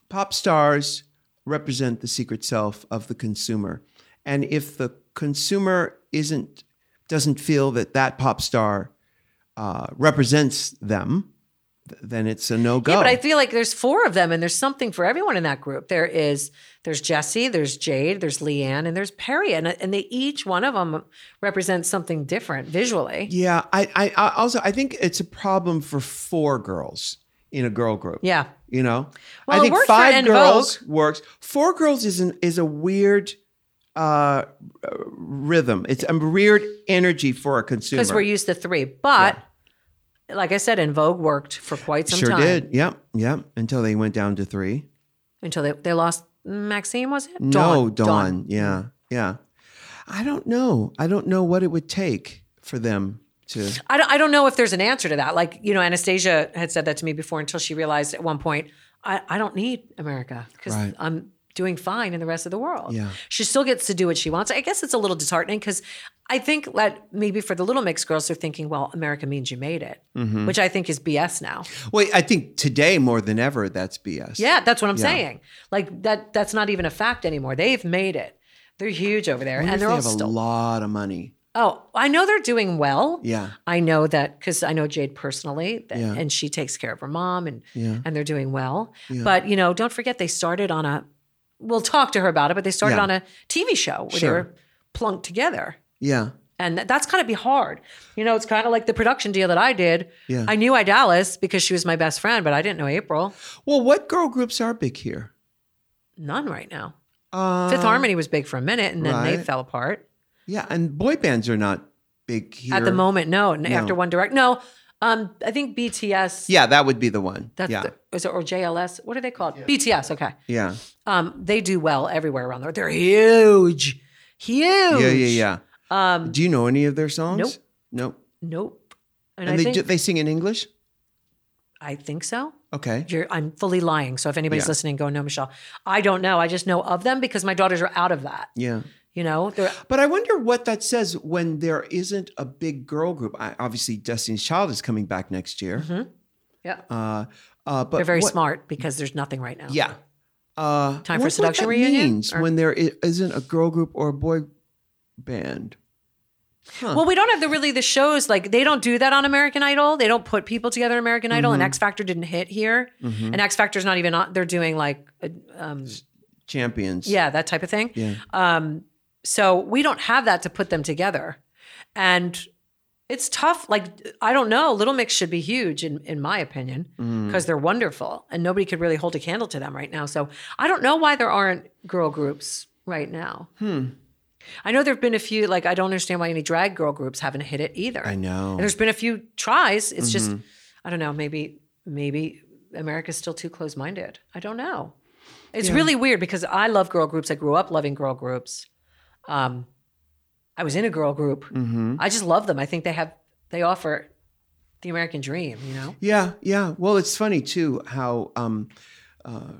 Speaker 2: pop stars represent the secret self of the consumer. And if the consumer isn't doesn't feel that that pop star uh, represents them, th- then it's a no go.
Speaker 1: Yeah, but I feel like there's four of them, and there's something for everyone in that group. There is there's Jesse, there's Jade, there's Leanne, and there's Perry, and and they each one of them represents something different visually.
Speaker 2: yeah, I, I, I also I think it's a problem for four girls in a girl group.
Speaker 1: Yeah.
Speaker 2: you know, I
Speaker 1: Well, it
Speaker 2: think
Speaker 1: worked for
Speaker 2: five
Speaker 1: En
Speaker 2: girls works. Four girls is an, is a weird uh, rhythm. It's a weird energy for a consumer.
Speaker 1: because we're used to three. But like I said, in Vogue worked for quite some
Speaker 2: sure
Speaker 1: time
Speaker 2: did. Yep, yep. Until they went down to three.
Speaker 1: until they, they lost Maxine. Was it?
Speaker 2: no, Dawn. Yeah, yeah. I don't know. I don't know what it would take for them to.
Speaker 1: I don't, I don't know if there's an answer to that. Like you know, Anastasia had said that to me before until she realized at one point I, I don't need America because
Speaker 2: Right.
Speaker 1: I'm doing fine in the rest of the world.
Speaker 2: Yeah.
Speaker 1: She still gets to do what she wants. I guess it's a little disheartening because I think that maybe for the Little Mix girls, they're thinking, well, America means you made it,
Speaker 2: Mm-hmm.
Speaker 1: which I think is BS now.
Speaker 2: Wait, I think today more than ever that's BS.
Speaker 1: Yeah, that's what I'm saying. Like that that's not even a fact anymore. They've made it. They're huge over there.
Speaker 2: I wonder
Speaker 1: And
Speaker 2: if
Speaker 1: they're
Speaker 2: they
Speaker 1: all
Speaker 2: have a
Speaker 1: still
Speaker 2: lot of money.
Speaker 1: Oh, I know they're doing well.
Speaker 2: Yeah.
Speaker 1: I know that because I know Jade personally, th-
Speaker 2: Yeah.
Speaker 1: and she takes care of her mom, and
Speaker 2: Yeah.
Speaker 1: and they're doing well. But you know, don't forget they started on a will talk to her about it, but they started
Speaker 2: Yeah.
Speaker 1: on a TV show where they
Speaker 2: Sure.
Speaker 1: were plunked together.
Speaker 2: Yeah.
Speaker 1: And that, that's gotta be hard. You know, it's kind of like the production deal that I did.
Speaker 2: Yeah.
Speaker 1: I knew I Dallas because she was my best friend, but I didn't know April.
Speaker 2: Well, what girl groups are big here?
Speaker 1: None right now.
Speaker 2: Uh,
Speaker 1: Fifth Harmony was big for a minute and then they
Speaker 2: right.
Speaker 1: fell apart.
Speaker 2: Yeah, and boy bands are not big here
Speaker 1: At the moment, no. And After One Direct, no. Um, I think BTS.
Speaker 2: Yeah, that would be the one.
Speaker 1: That's
Speaker 2: yeah,
Speaker 1: the, is it or JLS? What are they called? BTS. Okay.
Speaker 2: yeah,
Speaker 1: Um, they do well everywhere around the world. They're huge, huge.
Speaker 2: yeah, yeah, yeah.
Speaker 1: Um,
Speaker 2: Do you know any of their songs?
Speaker 1: Nope.
Speaker 2: Nope.
Speaker 1: Nope. And,
Speaker 2: And,
Speaker 1: I
Speaker 2: they
Speaker 1: think
Speaker 2: ju- they sing in English.
Speaker 1: I think so.
Speaker 2: Okay.
Speaker 1: You're, I'm fully lying. So if anybody's
Speaker 2: Yeah.
Speaker 1: listening, go no, Michelle. I don't know. I just know of them because my daughters are out of that.
Speaker 2: Yeah.
Speaker 1: You know, they're
Speaker 2: But I wonder what that says when there isn't a big girl group. I, obviously, Destiny's Child is coming back next year.
Speaker 1: yeah,
Speaker 2: Uh, uh, but
Speaker 1: Mm-hmm. they're very
Speaker 2: what-
Speaker 1: smart because there's nothing right now.
Speaker 2: Yeah. Uh, I
Speaker 1: Time for
Speaker 2: wonder what
Speaker 1: seduction
Speaker 2: that
Speaker 1: reunion?
Speaker 2: Means
Speaker 1: Or-
Speaker 2: when there i- isn't a girl group or a boy band.
Speaker 1: Well, we don't have the really the shows like they don't do that on American Idol. They don't put people together in American Idol, and X Factor didn't hit here. And X Factor's not even on. They're doing like, uh, um,
Speaker 2: Champions.
Speaker 1: yeah, that type of thing.
Speaker 2: Yeah.
Speaker 1: Um, so we don't have that to put them together, and it's tough. Like I don't know, Little Mix should be huge in in my opinion
Speaker 2: Mm.
Speaker 1: because they're wonderful, and nobody could really hold a candle to them right now. So I don't know why there aren't girl groups right now.
Speaker 2: Hmm.
Speaker 1: I know there have been a few. Like I don't understand why any drag girl groups haven't hit it either.
Speaker 2: I know.
Speaker 1: And there's been a few tries. It's
Speaker 2: Mm-hmm.
Speaker 1: just I don't know. Maybe maybe America's still too close minded. I don't know. It's really weird because I love girl groups. I grew up loving girl groups. Um, I was in a girl group.
Speaker 2: Mm-hmm.
Speaker 1: I just love them. I think they have they offer the American dream. You know.
Speaker 2: Yeah, yeah. Well, it's funny too how um, uh,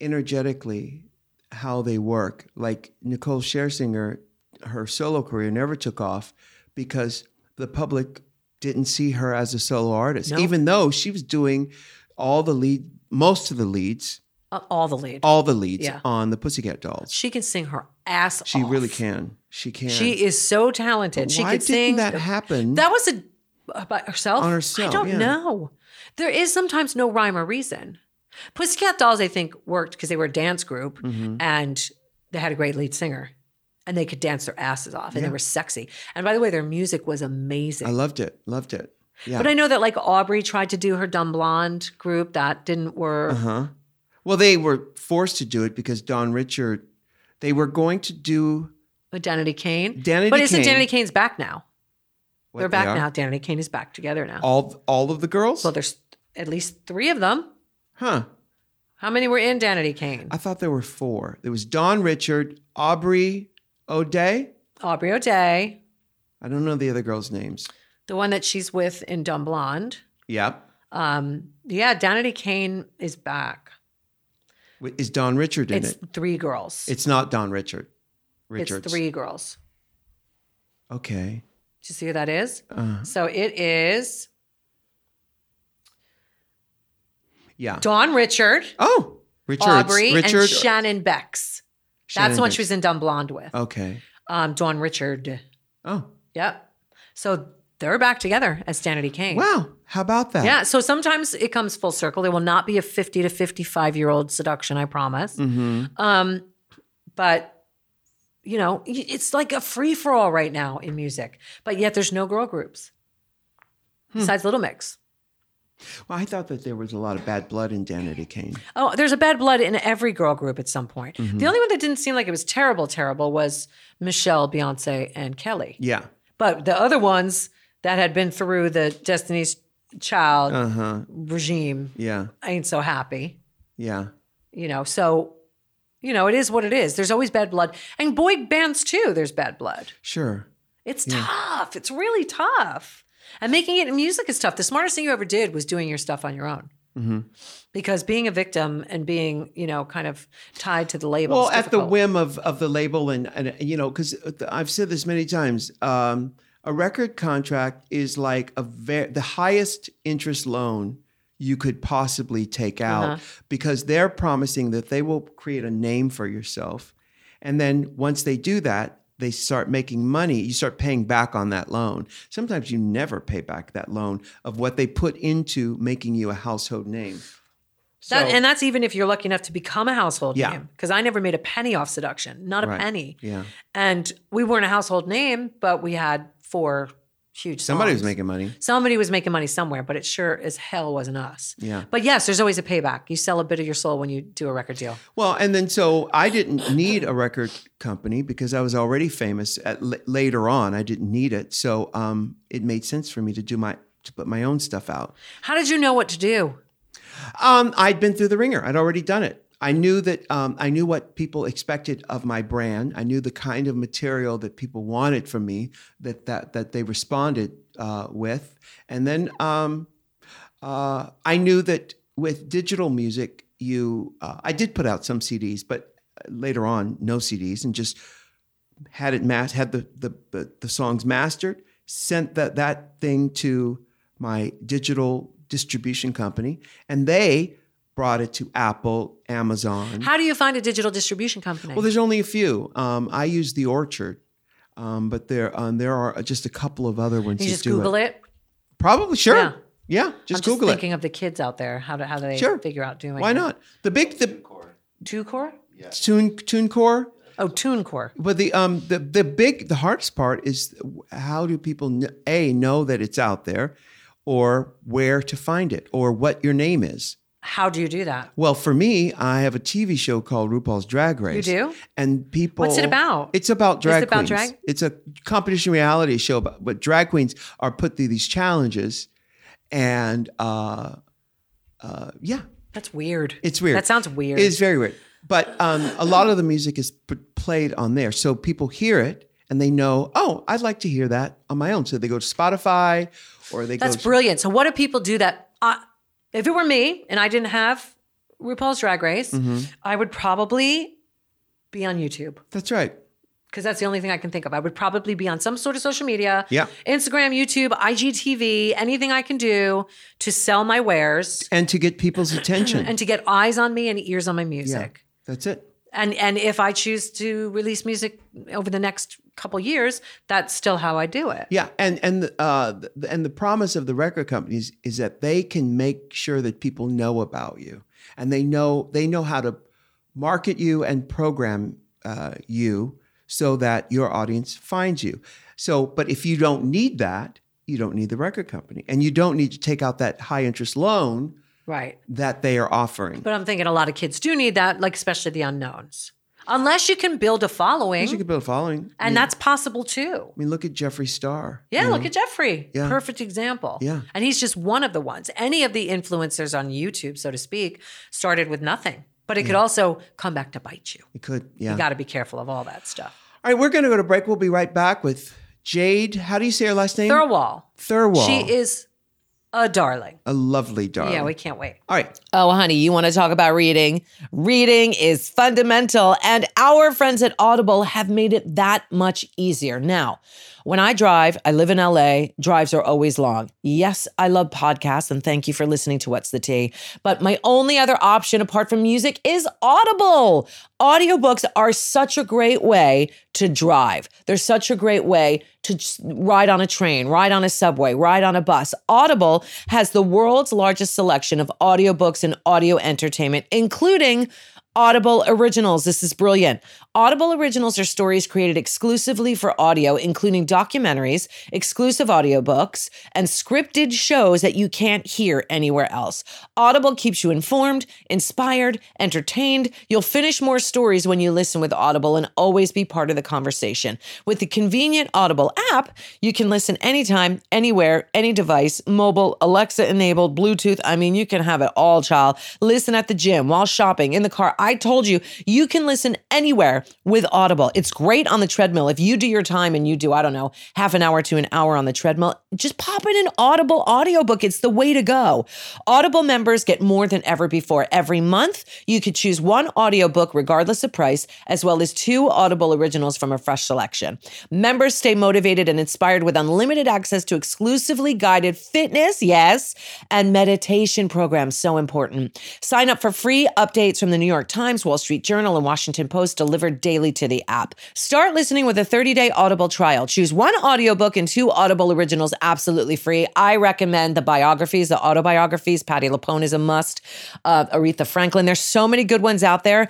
Speaker 2: energetically how they work. Like Nicole Scherzinger, her solo career never took off because the public didn't see her as a solo artist,
Speaker 1: No.
Speaker 2: even though she was doing all the lead, most of the leads,
Speaker 1: Uh, All the lead.
Speaker 2: all the leads
Speaker 1: Yeah.
Speaker 2: on the Pussycat Dolls.
Speaker 1: she can sing her ass
Speaker 2: She
Speaker 1: off.
Speaker 2: really can. She can.
Speaker 1: She is so talented. she
Speaker 2: Why
Speaker 1: could
Speaker 2: didn't
Speaker 1: sing.
Speaker 2: that happen?
Speaker 1: That was a about herself.
Speaker 2: On herself,
Speaker 1: I don't
Speaker 2: yeah.
Speaker 1: know. There is sometimes no rhyme or reason. Pussycat Dolls, I think, worked because they were a dance group
Speaker 2: Mm-hmm.
Speaker 1: and they had a great lead singer, and they could dance their asses off, and they were sexy. And by the way, their music was amazing.
Speaker 2: I loved it. Loved it. Yeah.
Speaker 1: but I know that like Aubrey tried to do her dumb blonde group that didn't work.
Speaker 2: Huh? Well, they were forced to do it because Don Richard. They were going to do.
Speaker 1: With Danity Kane,
Speaker 2: Danity
Speaker 1: but isn't
Speaker 2: Kane-
Speaker 1: Danity Kane's back now?
Speaker 2: what
Speaker 1: they're back
Speaker 2: are.
Speaker 1: now. Danity Kane is back together now.
Speaker 2: All all of the girls.
Speaker 1: so there's at least three of them.
Speaker 2: Huh?
Speaker 1: How many were in Danity Kane?
Speaker 2: I thought there were four. There was Don Richard, Aubrey O'Day.
Speaker 1: Aubrey O'Day,
Speaker 2: I don't know the other girls' names.
Speaker 1: the one that she's with in Dumb Blonde.
Speaker 2: Yep.
Speaker 1: Um, yeah, Danity Kane is back.
Speaker 2: Wait, Is Don Richard in
Speaker 1: it's
Speaker 2: it?
Speaker 1: three girls.
Speaker 2: It's not Don Richard.
Speaker 1: It's
Speaker 2: Richards.
Speaker 1: three girls.
Speaker 2: Okay.
Speaker 1: Do you see who that is?
Speaker 2: Uh,
Speaker 1: So it is
Speaker 2: yeah.
Speaker 1: Dawn Richard,
Speaker 2: oh, Richards.
Speaker 1: Aubrey,
Speaker 2: Richard.
Speaker 1: and Shannon Bex. That's
Speaker 2: Shannon Oh.
Speaker 1: the one
Speaker 2: Bex.
Speaker 1: she was in Dumb Blonde with.
Speaker 2: Okay.
Speaker 1: Um, Dawn Richard.
Speaker 2: Oh.
Speaker 1: Yep. So they're back together as Danity Kane.
Speaker 2: Wow. How about that?
Speaker 1: Yeah. So sometimes it comes full circle. There will not be a 50 to 55 year old seduction, I promise.
Speaker 2: Mm-hmm.
Speaker 1: Um, but, you know, y- it's like a free for all right now in music. But yet there's no girl groups besides Little Mix.
Speaker 2: Well, I thought that there was a lot of bad blood in Danity Kane.
Speaker 1: Oh, there's a bad blood in every girl group at some point. The only one that didn't seem like it was terrible, terrible was Michelle, Beyonce, and Kelly.
Speaker 2: Yeah.
Speaker 1: But the other ones that had been through the Destiny's Child
Speaker 2: Uh huh.
Speaker 1: regime
Speaker 2: Yeah.
Speaker 1: ain't so happy.
Speaker 2: Yeah.
Speaker 1: you know so you know it is what it is there's always bad blood and boy bands too there's bad blood
Speaker 2: Sure.
Speaker 1: it's tough it's really tough and making it in music is tough the smartest thing you ever did was doing your stuff on your own
Speaker 2: Mm-hmm.
Speaker 1: because being a victim and being you know kind of tied to the label
Speaker 2: well
Speaker 1: is
Speaker 2: at the
Speaker 1: difficult.
Speaker 2: whim of of the label and and you know because i've said this many times um a record contract is like a ver- the highest interest loan you could possibly take
Speaker 1: Uh-huh.
Speaker 2: out because they're promising that they will create a name for yourself and then once they do that they start making money you start paying back on that loan sometimes you never pay back that loan of what they put into making you a household name So,
Speaker 1: That, and that's even if you're lucky enough to become a household
Speaker 2: Yeah.
Speaker 1: name. Because I never made a penny off seduction, not a
Speaker 2: Right.
Speaker 1: penny.
Speaker 2: yeah,
Speaker 1: And we weren't a household name, but we had four huge.
Speaker 2: somebody was
Speaker 1: songs.
Speaker 2: making money.
Speaker 1: Somebody was making money somewhere, but it sure as hell wasn't us.
Speaker 2: Yeah.
Speaker 1: But yes, there's always a payback. You sell a bit of your soul when you do a record deal.
Speaker 2: Well, and then so I didn't need a record company because I was already famous. At, l- later on, I didn't need it, so um, it made sense for me to do my to put my own stuff out.
Speaker 1: How did you know what to do?
Speaker 2: Um, I'd been through the ringer. I'd already done it. I knew that um, I knew what people expected of my brand. I knew the kind of material that people wanted from me that that that they responded uh, with, and then um, uh, I knew that with digital music, you uh, I did put out some CDs, but uh, later on, no CDs, and just had it mas- had the, the the the songs mastered, sent that that thing to my digital distribution company, and they brought it to Apple, Amazon.
Speaker 1: Mm-hmm. How do you find a digital distribution company?
Speaker 2: well, there's only a few. Um, I use the Orchard, um, but there um, there are just a couple of other ones.
Speaker 1: you
Speaker 2: that
Speaker 1: just
Speaker 2: do
Speaker 1: Google
Speaker 2: it.
Speaker 1: it.
Speaker 2: Probably sure.
Speaker 1: Yeah.
Speaker 2: Yeah, just
Speaker 1: I'm just
Speaker 2: Google
Speaker 1: thinking
Speaker 2: it.
Speaker 1: of the kids out there. How do how do they
Speaker 2: Sure.
Speaker 1: figure out doing?
Speaker 2: Why
Speaker 1: it?
Speaker 2: not? The big the
Speaker 3: Core.
Speaker 1: TuneCore?
Speaker 3: Yeah.
Speaker 2: Tune TuneCore.
Speaker 1: Oh, TuneCore.
Speaker 2: But the um the the big the hardest part is how do people kn- a know that it's out there, or where to find it, or what your name is.
Speaker 1: How do you do that?
Speaker 2: Well, for me, I have a TV show called RuPaul's Drag
Speaker 1: You
Speaker 2: Race.
Speaker 1: do?
Speaker 2: And people.
Speaker 1: What's it about?
Speaker 2: It's about drag
Speaker 1: it about
Speaker 2: queens.
Speaker 1: drag?
Speaker 2: It's a competition reality show, but, but drag queens are put through these challenges, and uh, uh, yeah,
Speaker 1: That's weird.
Speaker 2: it's weird.
Speaker 1: That sounds weird.
Speaker 2: It's very weird. But um, a lot of the music is p- played on there. So people hear it and they know, oh, I'd like to hear that on my own. So they go to Spotify or they
Speaker 1: That's
Speaker 2: go.
Speaker 1: brilliant. So what do people do that? I if it were me and I didn't have RuPaul's Drag Race,
Speaker 2: Mm-hmm.
Speaker 1: I would probably be on YouTube
Speaker 2: That's right.
Speaker 1: because that's the only thing I can think of. I would probably be on some sort of social media,
Speaker 2: Yeah.
Speaker 1: Instagram, YouTube, IGTV, anything I can do to sell my wares
Speaker 2: And to get
Speaker 1: *coughs*
Speaker 2: people's attention.
Speaker 1: and to get eyes on me and ears on my music.
Speaker 2: That's it.
Speaker 1: And and if I choose to release music over the next couple years, that's still how I do it.
Speaker 2: Yeah, and and the, uh, the, and the promise of the record companies is that they can make sure that people know about you, and they know they know how to market you and program uh, you so that your audience finds you. So, but if you don't need that, you don't need the record company, and you don't need to take out that high interest loan
Speaker 1: Right.
Speaker 2: that they are offering.
Speaker 1: But I'm thinking a lot of kids do need that, like especially the unknowns. Unless you can build a following,
Speaker 2: you could build a following, I mean-
Speaker 1: and that's possible too.
Speaker 2: I mean, look at Jeffree Star.
Speaker 1: Yeah,
Speaker 2: you
Speaker 1: look
Speaker 2: know?
Speaker 1: at Jeffrey.
Speaker 2: Mm-hmm. Yeah.
Speaker 1: Perfect example.
Speaker 2: Yeah.
Speaker 1: And he's just one of the ones. Any of the influencers on YouTube, so to speak, started with nothing, but it could also come back to bite you.
Speaker 2: it could. Yeah,
Speaker 1: You got to be careful of all that stuff.
Speaker 2: All right, we're going to go to break. We'll be right back with Jade. How do you say her last name?
Speaker 1: Thirlwall.
Speaker 2: Thirlwall.
Speaker 1: She is a darling.
Speaker 2: a lovely darling.
Speaker 1: Yeah, we can't wait.
Speaker 2: All right.
Speaker 5: Um, Oh, honey, you want to talk about reading? Reading is fundamental, and our friends at Audible have made it that much easier. Now, when I drive, I live in LA, drives are always long. Yes, I love podcasts, and thank you for listening to What's the Tea. But my only other option apart from music is Audible. Audiobooks are such a great way to drive, they're such a great way to just ride on a train, ride on a subway, ride on a bus. Audible has the world's largest selection of audiobooks and audio entertainment, including Audible Originals. This is brilliant. Audible Originals are stories created exclusively for audio, including documentaries, exclusive audiobooks, and scripted shows that you can't hear anywhere else. Audible keeps you informed, inspired, entertained. You'll finish more stories when you listen with Audible and always be part of the conversation. With the convenient Audible app, you can listen anytime, anywhere, any device, mobile, Alexa enabled, Bluetooth. I mean, you can have it all, child. Listen at the gym, while shopping, in the car. I told you, you can listen anywhere with Audible. It's great on the treadmill. If you do your time and you do, I don't know, half an hour to an hour on the treadmill, just pop in an Audible audiobook. It's the way to go. Audible members get more than ever before. Every month, you could choose one audiobook, regardless of price, as well as two Audible originals from a fresh selection. Members stay motivated and inspired with unlimited access to exclusively guided fitness, yes, and meditation programs. So important. Sign up for free updates from the New York
Speaker 1: Times, Wall Street Journal, and Washington Post delivered daily to the app. Start listening with a 30-day Audible trial. Choose one audiobook and two Audible originals absolutely free. I recommend the biographies, the autobiographies. Patty LaPone is a must. Uh, Aretha Franklin. There's so many good ones out there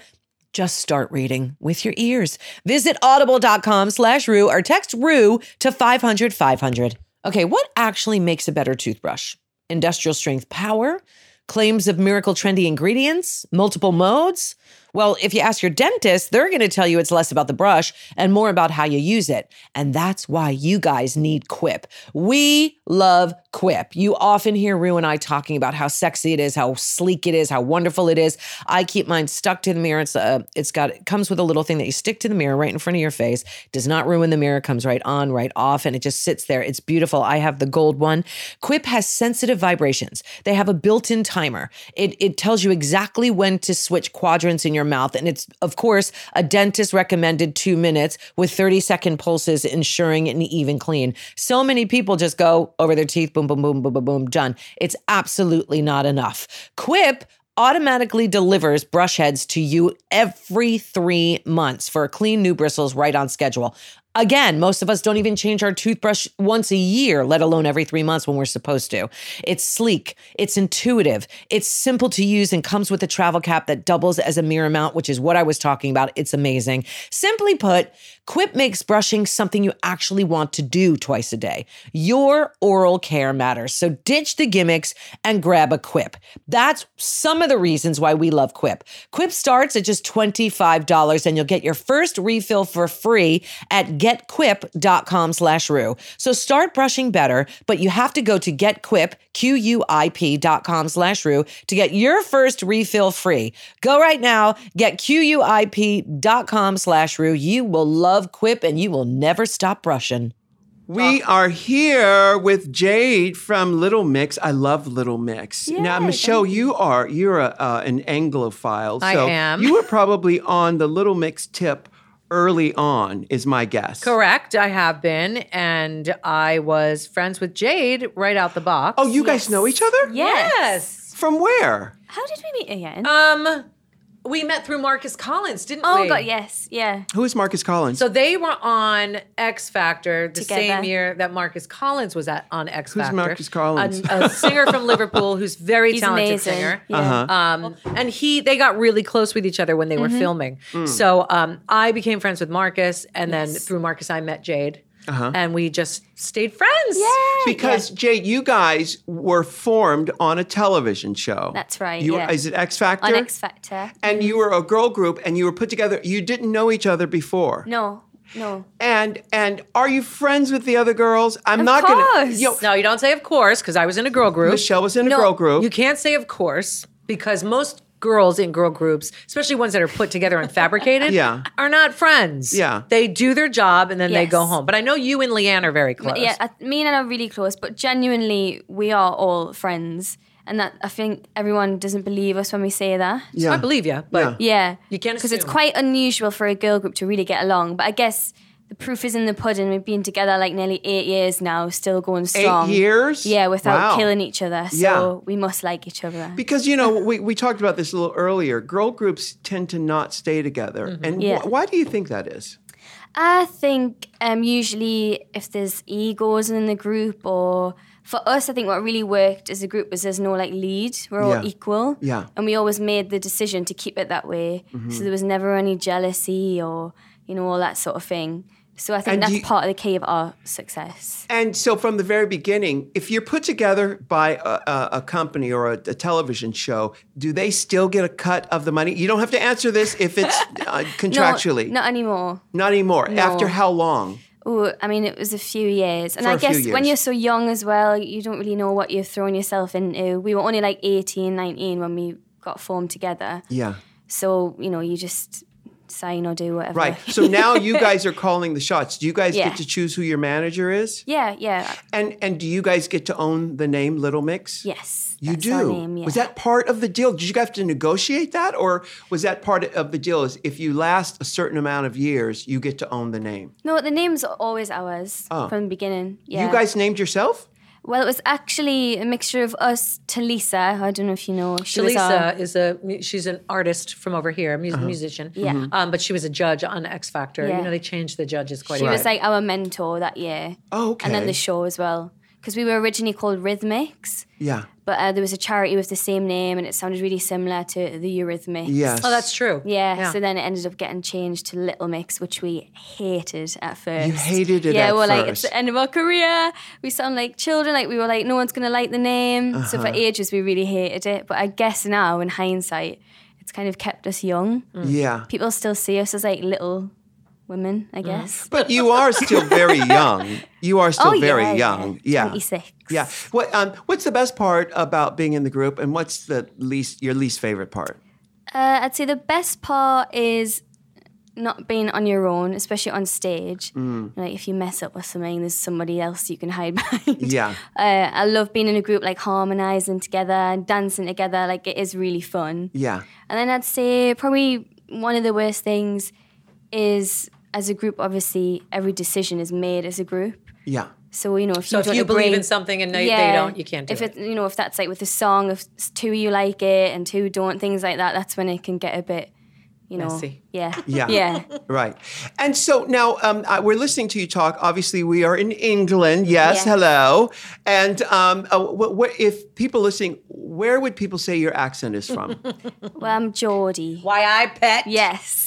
Speaker 1: just start reading with your ears. Visit audible.com slash rue or text rue to 500 500. Okay, what actually makes a better toothbrush? Industrial strength power? Claims of miracle trendy ingredients? Multiple modes? Well, if you ask your dentist, they're going to tell you it's less about the brush and more about how you use it. And that's why you guys need Quip. We love Quip. You often hear Rue and I talking about how sexy it is, how sleek it is, how wonderful it is. I keep mine stuck to the mirror. It's uh, it's got it comes with a little thing that you stick to the mirror right in front of your face. Does not ruin the mirror. Comes right on, right off, and it just sits there. It's beautiful. I have the gold one. Quip has sensitive vibrations. They have a built-in timer. It it tells you exactly when to switch quadrants in your mouth, and it's of course a dentist recommended two minutes with 30 second pulses, ensuring an even clean. So many people just go over their teeth, boom, boom, boom, boom, boom, boom, done. It's absolutely not enough. Quip automatically delivers brush heads to you every three months for clean new bristles right on schedule. Again, most of us don't even change our toothbrush once a year, let alone every three months when we're supposed to. It's sleek, it's intuitive, it's simple to use, and comes with a travel cap that doubles as a mirror mount, which is what I was talking about. It's amazing. Simply put, Quip makes brushing something you actually want to do twice a day. Your oral care matters. So ditch the gimmicks and grab a Quip. That's some of the reasons why we love Quip. Quip starts at just $25 and you'll get your first refill for free at getquip.com slash rue. So start brushing better, but you have to go to getquip, Q-U-I-P dot com slash rue to get your first refill free. Go right now, get Q-U-I-P dot com slash rue. You will love Quip and you will never stop brushing.
Speaker 2: We are here with Jade from Little Mix. I love Little Mix. now, Michelle, you are you're a, uh, an Anglophile.
Speaker 6: I
Speaker 2: so
Speaker 6: am.
Speaker 2: You were probably on the Little Mix tip early on, is my guess.
Speaker 6: Correct. I have been, and I was friends with Jade right out the box.
Speaker 2: Oh, you guys know each other?
Speaker 6: yes.
Speaker 2: From where?
Speaker 7: How did we meet again?
Speaker 6: Um, we met through Marcus Collins, didn't
Speaker 7: oh
Speaker 6: we?
Speaker 7: god, yes, yeah.
Speaker 2: Who is Marcus Collins?
Speaker 6: So they were on X Factor the
Speaker 7: Together.
Speaker 6: same year that Marcus Collins was at on X
Speaker 2: Who's
Speaker 6: Factor.
Speaker 2: Marcus Collins?
Speaker 6: A, a singer from
Speaker 2: *laughs*
Speaker 6: Liverpool who's very
Speaker 7: He's
Speaker 6: talented
Speaker 7: amazing.
Speaker 6: singer.
Speaker 7: Yeah.
Speaker 2: Uh-huh.
Speaker 6: Um, and he they got really close with each other when they
Speaker 7: Mm-hmm.
Speaker 6: were filming.
Speaker 2: Mm.
Speaker 6: So um, I became friends with Marcus, and then through Marcus I met Jade,
Speaker 2: Uh-huh.
Speaker 6: and we just stayed friends.
Speaker 7: Yeah.
Speaker 2: because Jade, you guys were formed on a television show.
Speaker 7: That's right,
Speaker 2: You were-
Speaker 7: yeah.
Speaker 2: Is it X Factor?
Speaker 7: On X Factor.
Speaker 2: and you were a girl group, and you were put together. You didn't know each other before.
Speaker 7: No, no.
Speaker 2: And and are you friends with the other girls? I'm
Speaker 7: Of
Speaker 2: not gonna.
Speaker 7: course.
Speaker 2: You know,
Speaker 6: No, you don't say of course because I was in a girl group.
Speaker 2: Michelle was in a
Speaker 7: No,
Speaker 2: girl group.
Speaker 6: You can't say of course because most girls in girl groups, especially ones that are put together and fabricated,
Speaker 2: *laughs* Yeah.
Speaker 6: are not friends.
Speaker 2: Yeah.
Speaker 6: They do their job and then they go
Speaker 7: Yes.
Speaker 6: home. But I know you and Leanne are very close.
Speaker 7: Yeah, I, me and Anna are really close, but genuinely we are all friends. And that I think everyone doesn't believe us when we say that.
Speaker 2: yeah.
Speaker 6: I believe you, but
Speaker 7: Yeah.
Speaker 6: You can't
Speaker 7: Because it's
Speaker 6: assume.
Speaker 7: quite unusual for a girl group to really get along. But I guess the proof is in the pudding. We've been together like nearly eight years now, still going
Speaker 2: Eight
Speaker 7: strong.
Speaker 2: years?
Speaker 7: Yeah, without
Speaker 2: Wow.
Speaker 7: killing e- each other. So
Speaker 2: Yeah.
Speaker 7: we must like each other.
Speaker 2: Because you know we, we talked about this a little earlier. Girl groups tend to not stay together, and
Speaker 7: Yeah.
Speaker 2: wh- why do you think that is?
Speaker 7: I think um, usually if there's egos in the group or for us, I think what really worked as a group was there's no like lead. We're
Speaker 2: Yeah.
Speaker 7: all equal.
Speaker 2: Yeah. Mm-hmm.
Speaker 7: And we always made the decision to keep it that way. So there was never any jealousy or, you know, all that sort of thing. So I think
Speaker 2: And
Speaker 7: that's
Speaker 2: you-
Speaker 7: part of the key of our success.
Speaker 2: And so, from the very beginning, if you're put together by a, a, a company or a, a television show, do they still get a cut of the money? You don't have to answer this if
Speaker 7: *laughs*
Speaker 2: it's uh,
Speaker 7: No,
Speaker 2: contractually.
Speaker 7: not anymore.
Speaker 2: Not anymore. After how long?
Speaker 7: Ooh, I mean, it was a few years. And
Speaker 2: For
Speaker 7: I
Speaker 2: a few
Speaker 7: guess when
Speaker 2: years.
Speaker 7: you're so young as well, you don't really know what you've thrown yourself into. We were only like 18, 19 when we got formed together.
Speaker 2: Yeah.
Speaker 7: So, you know, you just sign or do whatever.
Speaker 2: Right. So now you guys are calling the shots. Do you guys
Speaker 7: Yeah.
Speaker 2: get to choose who your manager is?
Speaker 7: *laughs* yeah, yeah.
Speaker 2: And and do you guys get to own the name Little Mix?
Speaker 7: Yes.
Speaker 2: You
Speaker 7: that's
Speaker 2: do.
Speaker 7: Our name, yeah.
Speaker 2: Was that part of the deal? Did you guys have to negotiate that, or was that part of the deal? Is if you last a certain amount of years, you get to own the name? Ah.
Speaker 7: No, the name's always ours from the beginning. Yeah.
Speaker 2: You guys named yourself?
Speaker 7: Well, it was actually a mixture of us, Talisa. I don't know if you know. She was uh, our-
Speaker 1: Shalisa is a mu- she's an artist from over here, a mu-
Speaker 2: Uh-huh.
Speaker 1: musician.
Speaker 7: Yeah.
Speaker 2: Mm-hmm.
Speaker 7: Mhm.
Speaker 1: Um, but she was a judge on X Factor.
Speaker 7: Yeah.
Speaker 1: You know, they changed the judges quite
Speaker 7: She
Speaker 1: a bit.
Speaker 7: was like our mentor that year.
Speaker 2: Oh, okay.
Speaker 7: And then the show as well. Because we were originally called Rhythmics,
Speaker 2: yeah.
Speaker 7: but uh, there was a charity with the same name and it sounded really similar to the Eurythmics.
Speaker 2: Yes.
Speaker 1: oh, that's true.
Speaker 7: Yeah, so then it ended up getting changed to Little Mix, which we hated at first.
Speaker 2: You hated it
Speaker 7: Yeah,
Speaker 2: at
Speaker 7: we're like, it's
Speaker 2: first.
Speaker 7: the end of our career. We sound like children. Like, we were like, no one's going to like the name. So
Speaker 2: Uh-huh.
Speaker 7: for ages, we really hated it. But I guess now, in hindsight, it's kind of kept us young.
Speaker 2: yeah.
Speaker 7: People still see us as like little women,
Speaker 2: Mm.
Speaker 7: I guess.
Speaker 2: But you are still
Speaker 7: *laughs*
Speaker 2: very young. You are still
Speaker 7: Oh,
Speaker 2: very
Speaker 7: yeah, yeah.
Speaker 2: young. Yeah.
Speaker 7: 26.
Speaker 2: Yeah. What um what's the best part about being in the group and what's the least your least favorite part?
Speaker 7: Uh, I'd say the best part is not being on your own, especially on stage.
Speaker 2: Mm.
Speaker 7: Like if you mess up with something, there's somebody else you can hide *laughs* behind.
Speaker 2: Yeah.
Speaker 7: Uh, I love being in a group, like harmonizing together and dancing together. Like it is really fun.
Speaker 2: Yeah.
Speaker 7: And then I'd say probably one of the worst things is as a group. Obviously, every decision is made as a group.
Speaker 2: Yeah.
Speaker 7: So you know, if
Speaker 1: So
Speaker 7: you
Speaker 1: if
Speaker 7: don't
Speaker 1: you believe
Speaker 7: agree-
Speaker 1: in something and they, they don't, you can't do
Speaker 7: if
Speaker 1: it.
Speaker 7: you know if that's like with a song, if s- two of you like it and two don't, things like that. That's when it can get a bit, you know,
Speaker 1: Messy.
Speaker 7: yeah,
Speaker 2: Yeah.
Speaker 7: *laughs* yeah.
Speaker 2: Right. And so now um, uh, we're listening to you talk. Obviously, we are in England. Yes.
Speaker 7: Yeah.
Speaker 2: Hello. And um, uh, what, what, if people listening, where would people say your accent is from?
Speaker 7: Well, I'm Geordie.
Speaker 1: Why I pet?
Speaker 7: Yes.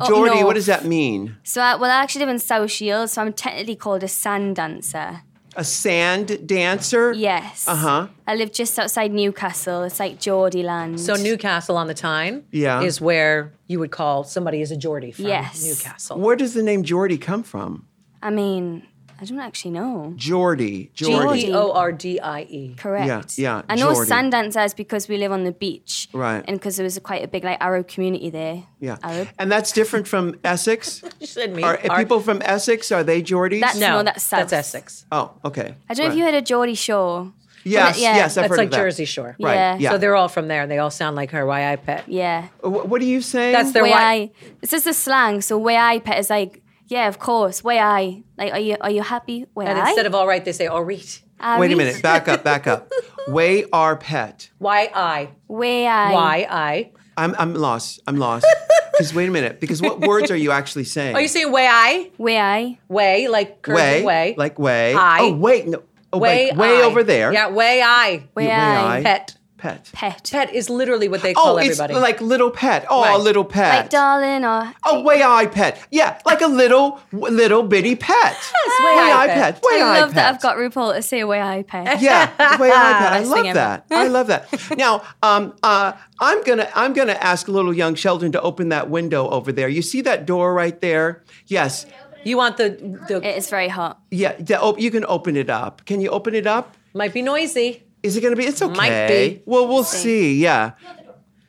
Speaker 7: Up
Speaker 2: Geordie, what
Speaker 7: north.
Speaker 2: does that mean?
Speaker 7: So, I, well, I actually live in South Shields, so I'm technically called a sand dancer.
Speaker 2: A sand dancer?
Speaker 7: Yes. Uh
Speaker 2: Uh-huh.
Speaker 7: I live just outside Newcastle. It's like Geordie land.
Speaker 1: So Newcastle on the Tyne
Speaker 2: Yeah.
Speaker 1: is where you would call somebody is a Geordie from
Speaker 7: Yes.
Speaker 1: Newcastle.
Speaker 2: Where does the name Geordie come from?
Speaker 7: I mean, I don't actually know.
Speaker 2: Geordie. Geordie.
Speaker 1: G O R D I E.
Speaker 7: Correct.
Speaker 2: yeah,
Speaker 7: I know
Speaker 2: Geordie.
Speaker 7: sand dancers because we live on the beach.
Speaker 2: Right.
Speaker 7: And because there was a quite a big like Arab community there.
Speaker 2: Yeah.
Speaker 7: Arab.
Speaker 2: And that's different from Essex?
Speaker 1: You said me.
Speaker 2: Are,
Speaker 1: Are-
Speaker 2: people from Essex, are they Geordies?
Speaker 7: That's-
Speaker 1: no,
Speaker 7: No, that's
Speaker 1: that's
Speaker 7: South.
Speaker 1: Essex.
Speaker 2: oh, okay.
Speaker 7: I don't know if you heard of Geordie Shore.
Speaker 2: Yes,
Speaker 7: Yeah,
Speaker 2: yes, I've
Speaker 1: That's
Speaker 2: heard
Speaker 1: like
Speaker 2: of that.
Speaker 1: Jersey Shore.
Speaker 2: Right,
Speaker 7: Yeah.
Speaker 2: yeah.
Speaker 1: So they're all from there and they all sound like her. Why I pet?
Speaker 7: Yeah.
Speaker 2: Wh- What are you saying?
Speaker 1: That's their
Speaker 7: Way
Speaker 1: why.
Speaker 7: I. It's just a slang. So way I pet is like, yeah, of course. Way I. Like, are you are you happy? Way
Speaker 1: And
Speaker 7: I.
Speaker 1: instead of all right, they say oh, all right.
Speaker 7: Are
Speaker 2: Wait a
Speaker 7: we?
Speaker 2: minute. Back up, back up. Way our pet.
Speaker 1: Why I?
Speaker 7: Way I.
Speaker 1: Why I?
Speaker 2: I'm, I'm lost. I'm lost. Because wait a minute. Because what words are you actually saying?
Speaker 1: Are Oh, you saying way I?
Speaker 7: Way I.
Speaker 1: Way like curvy way?
Speaker 2: way, Like way.
Speaker 1: I.
Speaker 2: Oh, wait. No. Oh,
Speaker 1: way
Speaker 2: wait, way
Speaker 1: I.
Speaker 2: over there.
Speaker 1: Yeah, way I.
Speaker 7: Way,
Speaker 2: Way
Speaker 7: I.
Speaker 2: I.
Speaker 1: Pet.
Speaker 2: Pet.
Speaker 7: Pet.
Speaker 1: Pet is literally what they
Speaker 2: Oh,
Speaker 1: call
Speaker 2: it's
Speaker 1: everybody.
Speaker 2: like little pet. Oh,
Speaker 1: Right.
Speaker 2: little pet.
Speaker 7: Like darling or.
Speaker 2: a way I pet. Yeah, like a little little bitty pet. Yes,
Speaker 1: way I pet.
Speaker 2: Way
Speaker 7: I love
Speaker 2: pet.
Speaker 7: that I've got RuPaul to say way I pet.
Speaker 2: Yeah, the way I pet. I
Speaker 7: Best
Speaker 2: love
Speaker 7: thing
Speaker 2: that. I love that. Now, um, uh, I'm gonna I'm gonna ask little young Sheldon to open that window over there. You see that door right there? Yes.
Speaker 1: you want the the
Speaker 7: It is very hot.
Speaker 2: Yeah. the op- you can open it up. Can you open it up?
Speaker 1: might be noisy.
Speaker 2: Is it gonna be? It's okay.
Speaker 1: Might be.
Speaker 2: Well, we'll see. Yeah.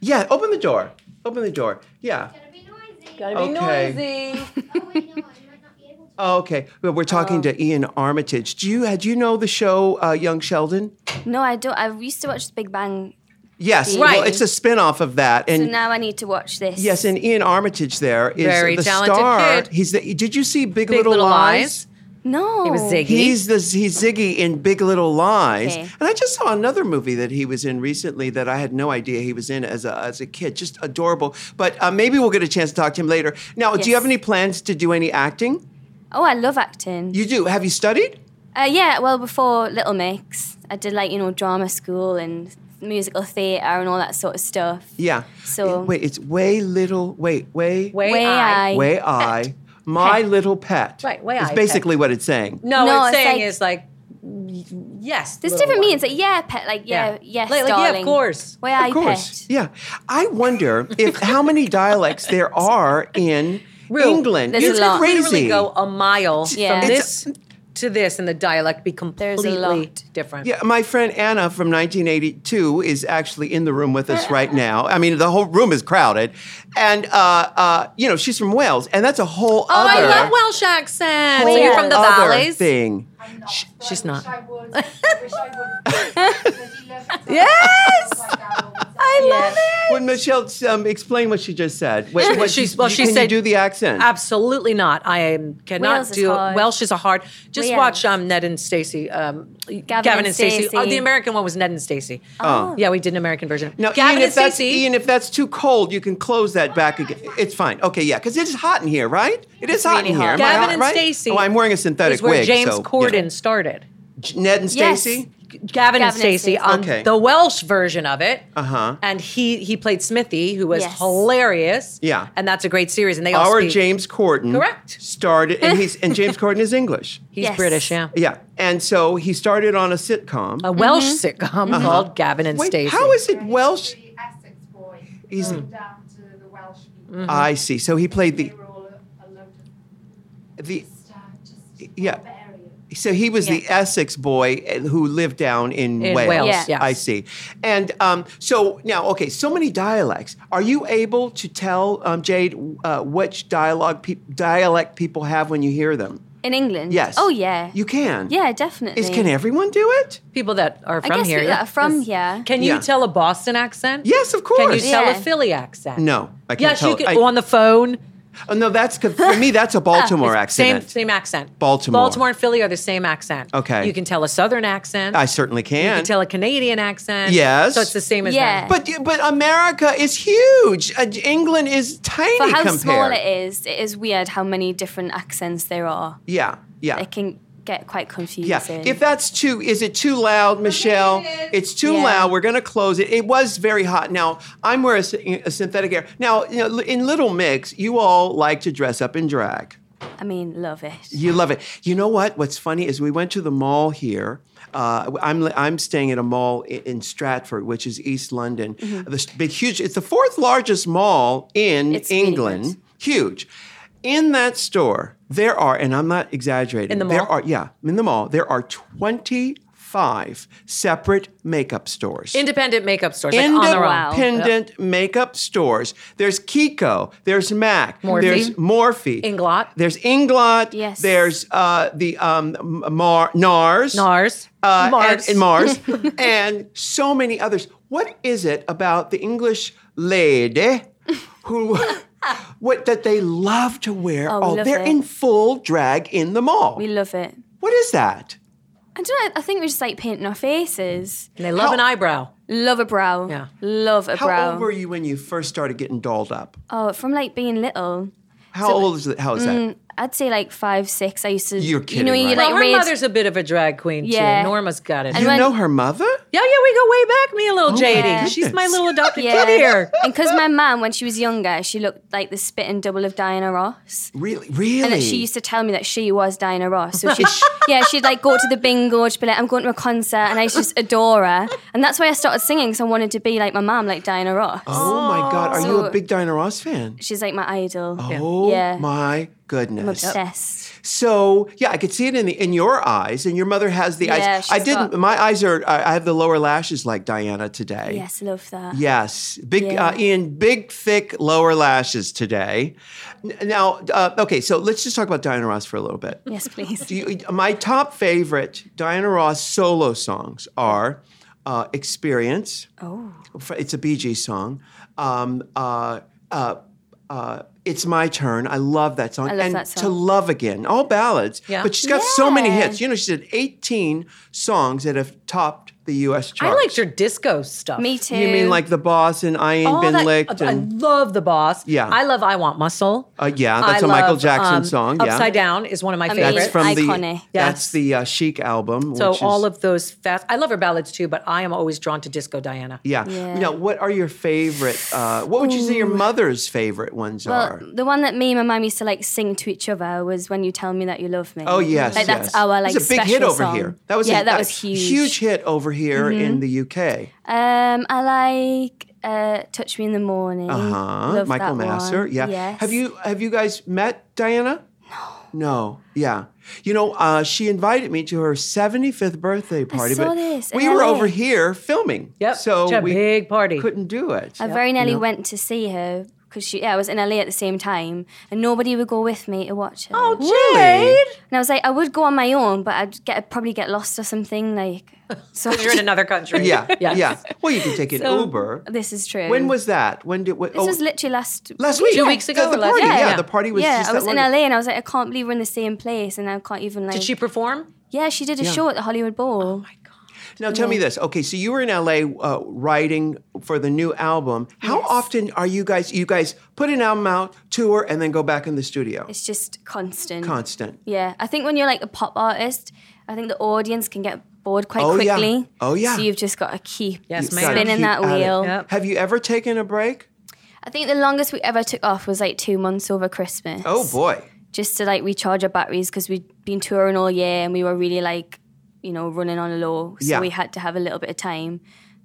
Speaker 2: Yeah. Open the door. Open the door. Yeah.
Speaker 1: Gotta be
Speaker 2: Okay.
Speaker 1: noisy.
Speaker 2: Oh, okay. Well, we're talking to Ian Armitage. Do you had you know the show uh, Young Sheldon?
Speaker 7: No, I don't. I used to watch The Big Bang.
Speaker 2: Yes.
Speaker 7: Right.
Speaker 2: Well, it's a spin-off of that. And
Speaker 7: So now I need to watch this.
Speaker 2: Mm. Yes, and Ian Armitage there is
Speaker 1: Very
Speaker 2: the
Speaker 1: talented
Speaker 2: star.
Speaker 1: kid.
Speaker 2: He's the. Did you see Big,
Speaker 1: Big
Speaker 2: Little,
Speaker 1: Little
Speaker 2: Lies?
Speaker 1: Lies. Mm-hmm.
Speaker 7: No.
Speaker 1: It was Ziggy.
Speaker 2: He's the he's Ziggy in Big Little Lies,
Speaker 7: Okay.
Speaker 2: and I just saw another movie that he was in recently that I had no idea he was in as a as a kid. Just adorable. But uh, maybe we'll get a chance to talk to him later. Now, do you
Speaker 7: Yes.
Speaker 2: have any plans to do any acting?
Speaker 7: Oh, I love acting.
Speaker 2: You do. Have you studied?
Speaker 7: Uh, yeah, well, before Little Mix, I did like, you know, drama school and musical theatre and all that sort of stuff.
Speaker 2: Yeah.
Speaker 7: So-
Speaker 2: wait, it's way little. Wait, way
Speaker 1: Way,
Speaker 7: Way
Speaker 1: I.
Speaker 7: I.
Speaker 2: way I. My
Speaker 7: Pet.
Speaker 2: little pet.
Speaker 1: Right, way
Speaker 2: It's
Speaker 1: I, pet.
Speaker 2: basically what it's saying.
Speaker 1: No,
Speaker 7: No,
Speaker 1: it's,
Speaker 7: it's
Speaker 1: saying
Speaker 7: like-
Speaker 1: is like y- yes.
Speaker 7: There's
Speaker 1: little one.
Speaker 7: different meanings. Like, yeah, pet. Like, yeah, yes,
Speaker 1: Like- like, yeah, of
Speaker 7: darling.
Speaker 1: course.
Speaker 7: Way I
Speaker 2: Of course.
Speaker 7: pet.
Speaker 2: Yeah. I wonder
Speaker 1: *laughs*
Speaker 2: if how many dialects there are in
Speaker 1: Rue,
Speaker 2: England.
Speaker 7: there's
Speaker 2: It's
Speaker 7: a lot.
Speaker 2: crazy.
Speaker 1: Literally go a mile
Speaker 7: Yeah.
Speaker 1: from
Speaker 7: It's-
Speaker 1: this to this, and the dialect be
Speaker 7: a
Speaker 1: completely
Speaker 7: lot.
Speaker 1: different.
Speaker 2: Yeah, my friend Anna from 1982 is actually in the room with us
Speaker 1: *laughs*
Speaker 2: right now. I mean, the whole room is crowded, and uh, uh, you know she's from Wales, and that's a whole
Speaker 1: Oh, I
Speaker 2: other,
Speaker 1: love Welsh accents.
Speaker 2: whole
Speaker 1: Are you from the
Speaker 2: other
Speaker 1: valleys?
Speaker 2: thing.
Speaker 1: She's not.
Speaker 8: I wish I would. I wish I would. yes.
Speaker 1: I
Speaker 7: I love it.
Speaker 2: When Michelle um, explain what she just said, what, what
Speaker 1: She's-
Speaker 2: she,
Speaker 1: well, she
Speaker 2: can
Speaker 1: said-
Speaker 2: you do the accent?
Speaker 1: Absolutely not. I am, cannot
Speaker 7: Wales is
Speaker 1: do
Speaker 7: hard.
Speaker 1: Welsh is a hard. Just
Speaker 7: Wales.
Speaker 1: watch um, Ned and Stacy. Um, Gavin,
Speaker 7: and
Speaker 1: and Stacey.
Speaker 7: Stacey.
Speaker 1: Oh, the American one was Ned and Stacy.
Speaker 2: Oh.
Speaker 1: Yeah, we did an American version.
Speaker 2: Now,
Speaker 1: Gavin
Speaker 2: Ian,
Speaker 1: and
Speaker 2: if that's,
Speaker 1: Stacey.
Speaker 2: Ian, if that's too cold, you can close that back again. It's fine. Okay, yeah, because it is hot in here, right? It is hot in
Speaker 7: really
Speaker 2: here.
Speaker 7: hot.
Speaker 2: Am I
Speaker 1: Gavin
Speaker 2: hot,
Speaker 1: and
Speaker 2: right?
Speaker 1: Stacey.
Speaker 2: Oh, I'm wearing a synthetic
Speaker 1: is where
Speaker 2: wig.
Speaker 1: James
Speaker 2: so,
Speaker 1: Corden
Speaker 2: yeah.
Speaker 1: started.
Speaker 2: J- Ned and
Speaker 7: Yes.
Speaker 2: Stacy.
Speaker 1: Gavin, and
Speaker 7: and
Speaker 1: Stacey
Speaker 7: Stacey.
Speaker 1: on
Speaker 2: Okay.
Speaker 1: the Welsh version of it.
Speaker 2: Uh-huh.
Speaker 1: And he he played Smithy, who was
Speaker 7: Yes.
Speaker 1: hilarious.
Speaker 2: Yeah.
Speaker 1: And that's a great series. And they all
Speaker 2: Our
Speaker 1: speak.
Speaker 2: James Corden
Speaker 1: Correct.
Speaker 2: started, and he's and
Speaker 1: *laughs*
Speaker 2: James Corden is English.
Speaker 1: He's
Speaker 7: Yes.
Speaker 1: British, yeah.
Speaker 2: Yeah, and so he started on a sitcom.
Speaker 7: Mm-hmm.
Speaker 1: A Welsh sitcom called Gavin Oh, and
Speaker 2: Uh-huh. Wait,
Speaker 1: Stacey. Mm-hmm.
Speaker 2: how is it Welsh?
Speaker 8: The Essex boy.
Speaker 2: He's- Mm.
Speaker 8: going down to the Welsh people.
Speaker 2: I see. So he played the
Speaker 8: They were all a, a load of
Speaker 2: the.
Speaker 8: just, uh, just
Speaker 2: Yeah.
Speaker 8: barbarians.
Speaker 2: So he was the Essex boy eh, who lived down in,
Speaker 1: In Wales,
Speaker 7: Yeah.
Speaker 1: yes.
Speaker 2: I see. And um, so now, okay, so many dialects. Are you able to tell um, Jade uh, which dialogue peop dialect people have when you hear them?
Speaker 7: In England?
Speaker 2: Yes.
Speaker 7: Oh, yeah.
Speaker 2: You can.
Speaker 7: yeah, definitely.
Speaker 2: Is can everyone do it?
Speaker 1: people that are
Speaker 7: I
Speaker 1: from
Speaker 7: guess
Speaker 1: here?
Speaker 7: people that are from
Speaker 1: Yes.
Speaker 7: here.
Speaker 1: Can you
Speaker 2: Yeah.
Speaker 1: tell a Boston accent?
Speaker 2: Yes, of
Speaker 1: Can you
Speaker 2: course.
Speaker 1: tell a
Speaker 7: Yeah.
Speaker 1: Philly accent?
Speaker 2: No, I can't
Speaker 1: Yes,
Speaker 2: tell.
Speaker 1: you can.
Speaker 2: I-
Speaker 1: on the phone.
Speaker 2: oh, no, that's 'cause for me.
Speaker 1: *laughs*
Speaker 2: That's a Baltimore
Speaker 1: Same
Speaker 2: accent.
Speaker 1: same accent.
Speaker 2: Baltimore.
Speaker 1: Baltimore and Philly are the same accent.
Speaker 2: Okay.
Speaker 1: You can tell a Southern accent.
Speaker 2: I certainly can.
Speaker 1: You can tell a Canadian accent.
Speaker 2: Yes.
Speaker 1: So it's the same as them.
Speaker 7: Yeah.
Speaker 2: But but America is huge. Uh, England is tiny
Speaker 7: For how
Speaker 2: compared.
Speaker 7: small it is, it is weird how many different accents there are.
Speaker 2: Yeah, yeah.
Speaker 7: It can get quite confusing.
Speaker 2: Yeah. If that's too, is it too loud, Michelle? It's too
Speaker 7: Yeah.
Speaker 2: loud. We're going to close it. It was very hot. Now I'm wearing a, sy- a synthetic air. Now you know, in Little Mix, you all like to dress up in drag.
Speaker 7: I mean, love it.
Speaker 2: You love it. You know what? What's funny is we went to the mall here. Uh, I'm I'm staying at a mall in, in Stratford, which is East London.
Speaker 1: Mm-hmm.
Speaker 2: This big, huge. It's the fourth largest mall in
Speaker 7: It's really
Speaker 2: England.
Speaker 7: nice.
Speaker 2: Huge. In that store, there are, and I'm not exaggerating.
Speaker 1: In the
Speaker 2: There
Speaker 1: mall?
Speaker 2: are, yeah, in the mall, there are 25 separate makeup stores.
Speaker 1: Independent makeup stores, like on their own.
Speaker 2: Independent makeup stores. There's Kiko. There's Mac.
Speaker 1: Morphe.
Speaker 2: There's Morphe.
Speaker 1: Inglot.
Speaker 2: There's Inglot.
Speaker 7: Yes.
Speaker 2: There's uh, the um, Mar- NARS.
Speaker 1: NARS.
Speaker 2: Uh,
Speaker 1: Mars.
Speaker 2: And, and
Speaker 7: *laughs*
Speaker 2: Mars. and so many others. What is it about the English lady
Speaker 7: *laughs*
Speaker 2: who... What that they love to wear?
Speaker 7: Oh, we love
Speaker 2: they're
Speaker 7: it.
Speaker 2: in full drag in the mall.
Speaker 7: We love it.
Speaker 2: what is that?
Speaker 7: I don't know. I think we just like painting our faces.
Speaker 1: And they love
Speaker 2: How-
Speaker 1: an eyebrow.
Speaker 7: Love a brow.
Speaker 1: Yeah.
Speaker 7: Love a
Speaker 2: How
Speaker 7: brow.
Speaker 2: old were you when you first started getting dolled up?
Speaker 7: oh, Mm, from like being little,
Speaker 2: How old is it? How is that?
Speaker 7: I'd say like five, six. I used to.
Speaker 2: You're
Speaker 7: You
Speaker 2: kidding,
Speaker 7: know, when you
Speaker 2: right?
Speaker 1: Well,
Speaker 7: like
Speaker 1: her
Speaker 7: read.
Speaker 1: mother's a bit of a drag queen
Speaker 7: Yeah.
Speaker 1: too. Norma's got it.
Speaker 7: And
Speaker 2: You
Speaker 7: when-
Speaker 2: know her mother?
Speaker 1: yeah, yeah, we go way back, me and
Speaker 2: Oh
Speaker 1: little Jady.
Speaker 7: goodness.
Speaker 1: She's my little adopted
Speaker 7: Yeah.
Speaker 1: kid here.
Speaker 7: And because my mum, when she was younger, she looked like the spitting double of Diana Ross.
Speaker 2: Really? Really?
Speaker 7: And that she used to tell me that she was Diana Ross.
Speaker 2: *laughs*
Speaker 7: So she, yeah, she'd like go to the bingo, she'd be like, I'm going to a concert, and I just adore her. And that's why I started singing, because I wanted to be like my mum, like Diana Ross.
Speaker 2: oh my God. Are you a
Speaker 7: So-
Speaker 2: big Diana Ross fan?
Speaker 7: She's like my idol.
Speaker 2: Oh
Speaker 7: Yeah.
Speaker 2: my
Speaker 7: I'm
Speaker 2: goodness.
Speaker 7: obsessed.
Speaker 2: So yeah, I could see it in the in your eyes, and your mother has the
Speaker 7: Yeah,
Speaker 2: eyes. I
Speaker 7: she's
Speaker 2: didn't.
Speaker 7: got-
Speaker 2: my eyes are. I I have the lower lashes like Diana today.
Speaker 7: Yes, love that.
Speaker 2: Yes, big
Speaker 7: Yeah.
Speaker 2: uh, Ian, big thick lower lashes today. N- Now, uh, okay, so let's just talk about Diana Ross for a little bit.
Speaker 7: *laughs* Yes, please.
Speaker 2: Do you, my top favorite Diana Ross solo songs are uh, "Experience."
Speaker 7: Oh.
Speaker 2: F- It's a Bee Gees song. Um, uh, uh, uh, it's my turn. I love that song.
Speaker 7: I love
Speaker 2: and
Speaker 7: that song.
Speaker 2: to love again, all ballads.
Speaker 1: Yeah.
Speaker 2: But she's got so many
Speaker 7: Yeah.
Speaker 2: hits. You know, she did 18 songs that have topped the U.S.
Speaker 1: I
Speaker 2: charts.
Speaker 1: liked her disco stuff.
Speaker 7: Me too.
Speaker 2: You mean like the boss and I ain't
Speaker 1: All
Speaker 2: been
Speaker 1: that- uh,
Speaker 2: licked?
Speaker 1: I
Speaker 2: And,
Speaker 1: love the boss.
Speaker 2: Yeah.
Speaker 1: I love I Want Muscle.
Speaker 2: uh, yeah,
Speaker 1: I
Speaker 2: that's a Michael
Speaker 1: love,
Speaker 2: Jackson
Speaker 1: um,
Speaker 2: song. Yeah,
Speaker 1: Upside Down is one of my
Speaker 7: That's
Speaker 2: That's
Speaker 1: favorites.
Speaker 2: from the
Speaker 7: Iconic.
Speaker 2: that's
Speaker 1: Yes.
Speaker 2: the uh, Chic album.
Speaker 1: so
Speaker 2: which is,
Speaker 1: all of those fast. I love her ballads too, but I am always drawn to disco Diana.
Speaker 2: Yeah.
Speaker 7: Yeah.
Speaker 2: Now, what are your favorite? Uh, what would you say your mother's favorite ones
Speaker 7: Well,
Speaker 2: are?
Speaker 7: the one that me and my mum used to like sing to each other was "When You Tell Me That You Love Me."
Speaker 2: Oh yes,
Speaker 7: mm, like
Speaker 2: yes.
Speaker 7: that's our like
Speaker 2: It was a big
Speaker 7: special
Speaker 2: hit over
Speaker 7: song.
Speaker 2: here. That was
Speaker 7: yeah,
Speaker 2: a,
Speaker 7: that
Speaker 2: a
Speaker 7: was huge. Mm-hmm.
Speaker 2: huge hit over here in the UK.
Speaker 7: Um, I like uh, "Touch Me in the Morning."
Speaker 2: Uh huh.
Speaker 7: Oh, Love
Speaker 2: Michael
Speaker 7: that
Speaker 2: Masser.
Speaker 7: one.
Speaker 2: Yeah.
Speaker 7: Yes.
Speaker 2: Have you have you guys met Diana? No. No. Yeah. You know, uh, she invited me to her 75th birthday party,
Speaker 7: saw
Speaker 2: but
Speaker 7: this in
Speaker 2: we were
Speaker 7: LA.
Speaker 2: over here filming.
Speaker 1: Yep.
Speaker 2: So
Speaker 1: It's a
Speaker 2: we
Speaker 1: big party.
Speaker 2: couldn't do it.
Speaker 7: I very nearly went to see her because she yeah, I was in LA at the same time, and nobody would go with me to watch it.
Speaker 5: Oh, Jade.
Speaker 7: And I was like, I would go on my own, but I'd get probably get lost or something.
Speaker 2: *laughs*
Speaker 7: Like, so
Speaker 1: You're in another country.
Speaker 2: Yeah,
Speaker 1: *laughs* Yes.
Speaker 2: yeah. Well, you can take an
Speaker 7: So-
Speaker 2: Uber.
Speaker 7: this is true.
Speaker 2: When was that? When did? oh, When,
Speaker 7: this? Was literally last
Speaker 2: last week,
Speaker 1: Two weeks
Speaker 2: The-
Speaker 1: ago
Speaker 2: The
Speaker 1: or last-
Speaker 2: party, yeah,
Speaker 1: yeah,
Speaker 2: the
Speaker 1: yeah.
Speaker 2: party was
Speaker 7: yeah,
Speaker 2: just
Speaker 7: I
Speaker 2: that
Speaker 7: was in
Speaker 2: long-
Speaker 7: LA and I was like, I can't believe we're in the same place, and I can't even like.
Speaker 1: Did she perform?
Speaker 7: yeah, she did a show at the Hollywood Bowl.
Speaker 2: Oh Now tell me
Speaker 7: Mm-hmm.
Speaker 2: this. Okay, so you were in LA uh, writing for the new album. How often are you guys? You guys put an album out, tour, and then go back in the studio.
Speaker 7: It's just constant.
Speaker 2: Constant.
Speaker 7: yeah, I think when you're like a pop artist, I think the audience can get bored quite
Speaker 2: Oh, yeah.
Speaker 7: quickly.
Speaker 2: Oh, yeah.
Speaker 7: So you've just got to keep
Speaker 1: Yes,
Speaker 2: You've
Speaker 1: ma'am.
Speaker 2: gotta
Speaker 7: spinning
Speaker 2: keep
Speaker 7: that
Speaker 2: at it.
Speaker 7: wheel.
Speaker 1: Yep.
Speaker 2: Have you ever taken a break?
Speaker 7: I think the longest we ever took off was like two months over Christmas.
Speaker 2: Oh boy.
Speaker 7: Just to like recharge our batteries because we'd been touring all year and we were really like, you know, running on low. So
Speaker 2: Yeah.
Speaker 7: we had to have a little bit of time.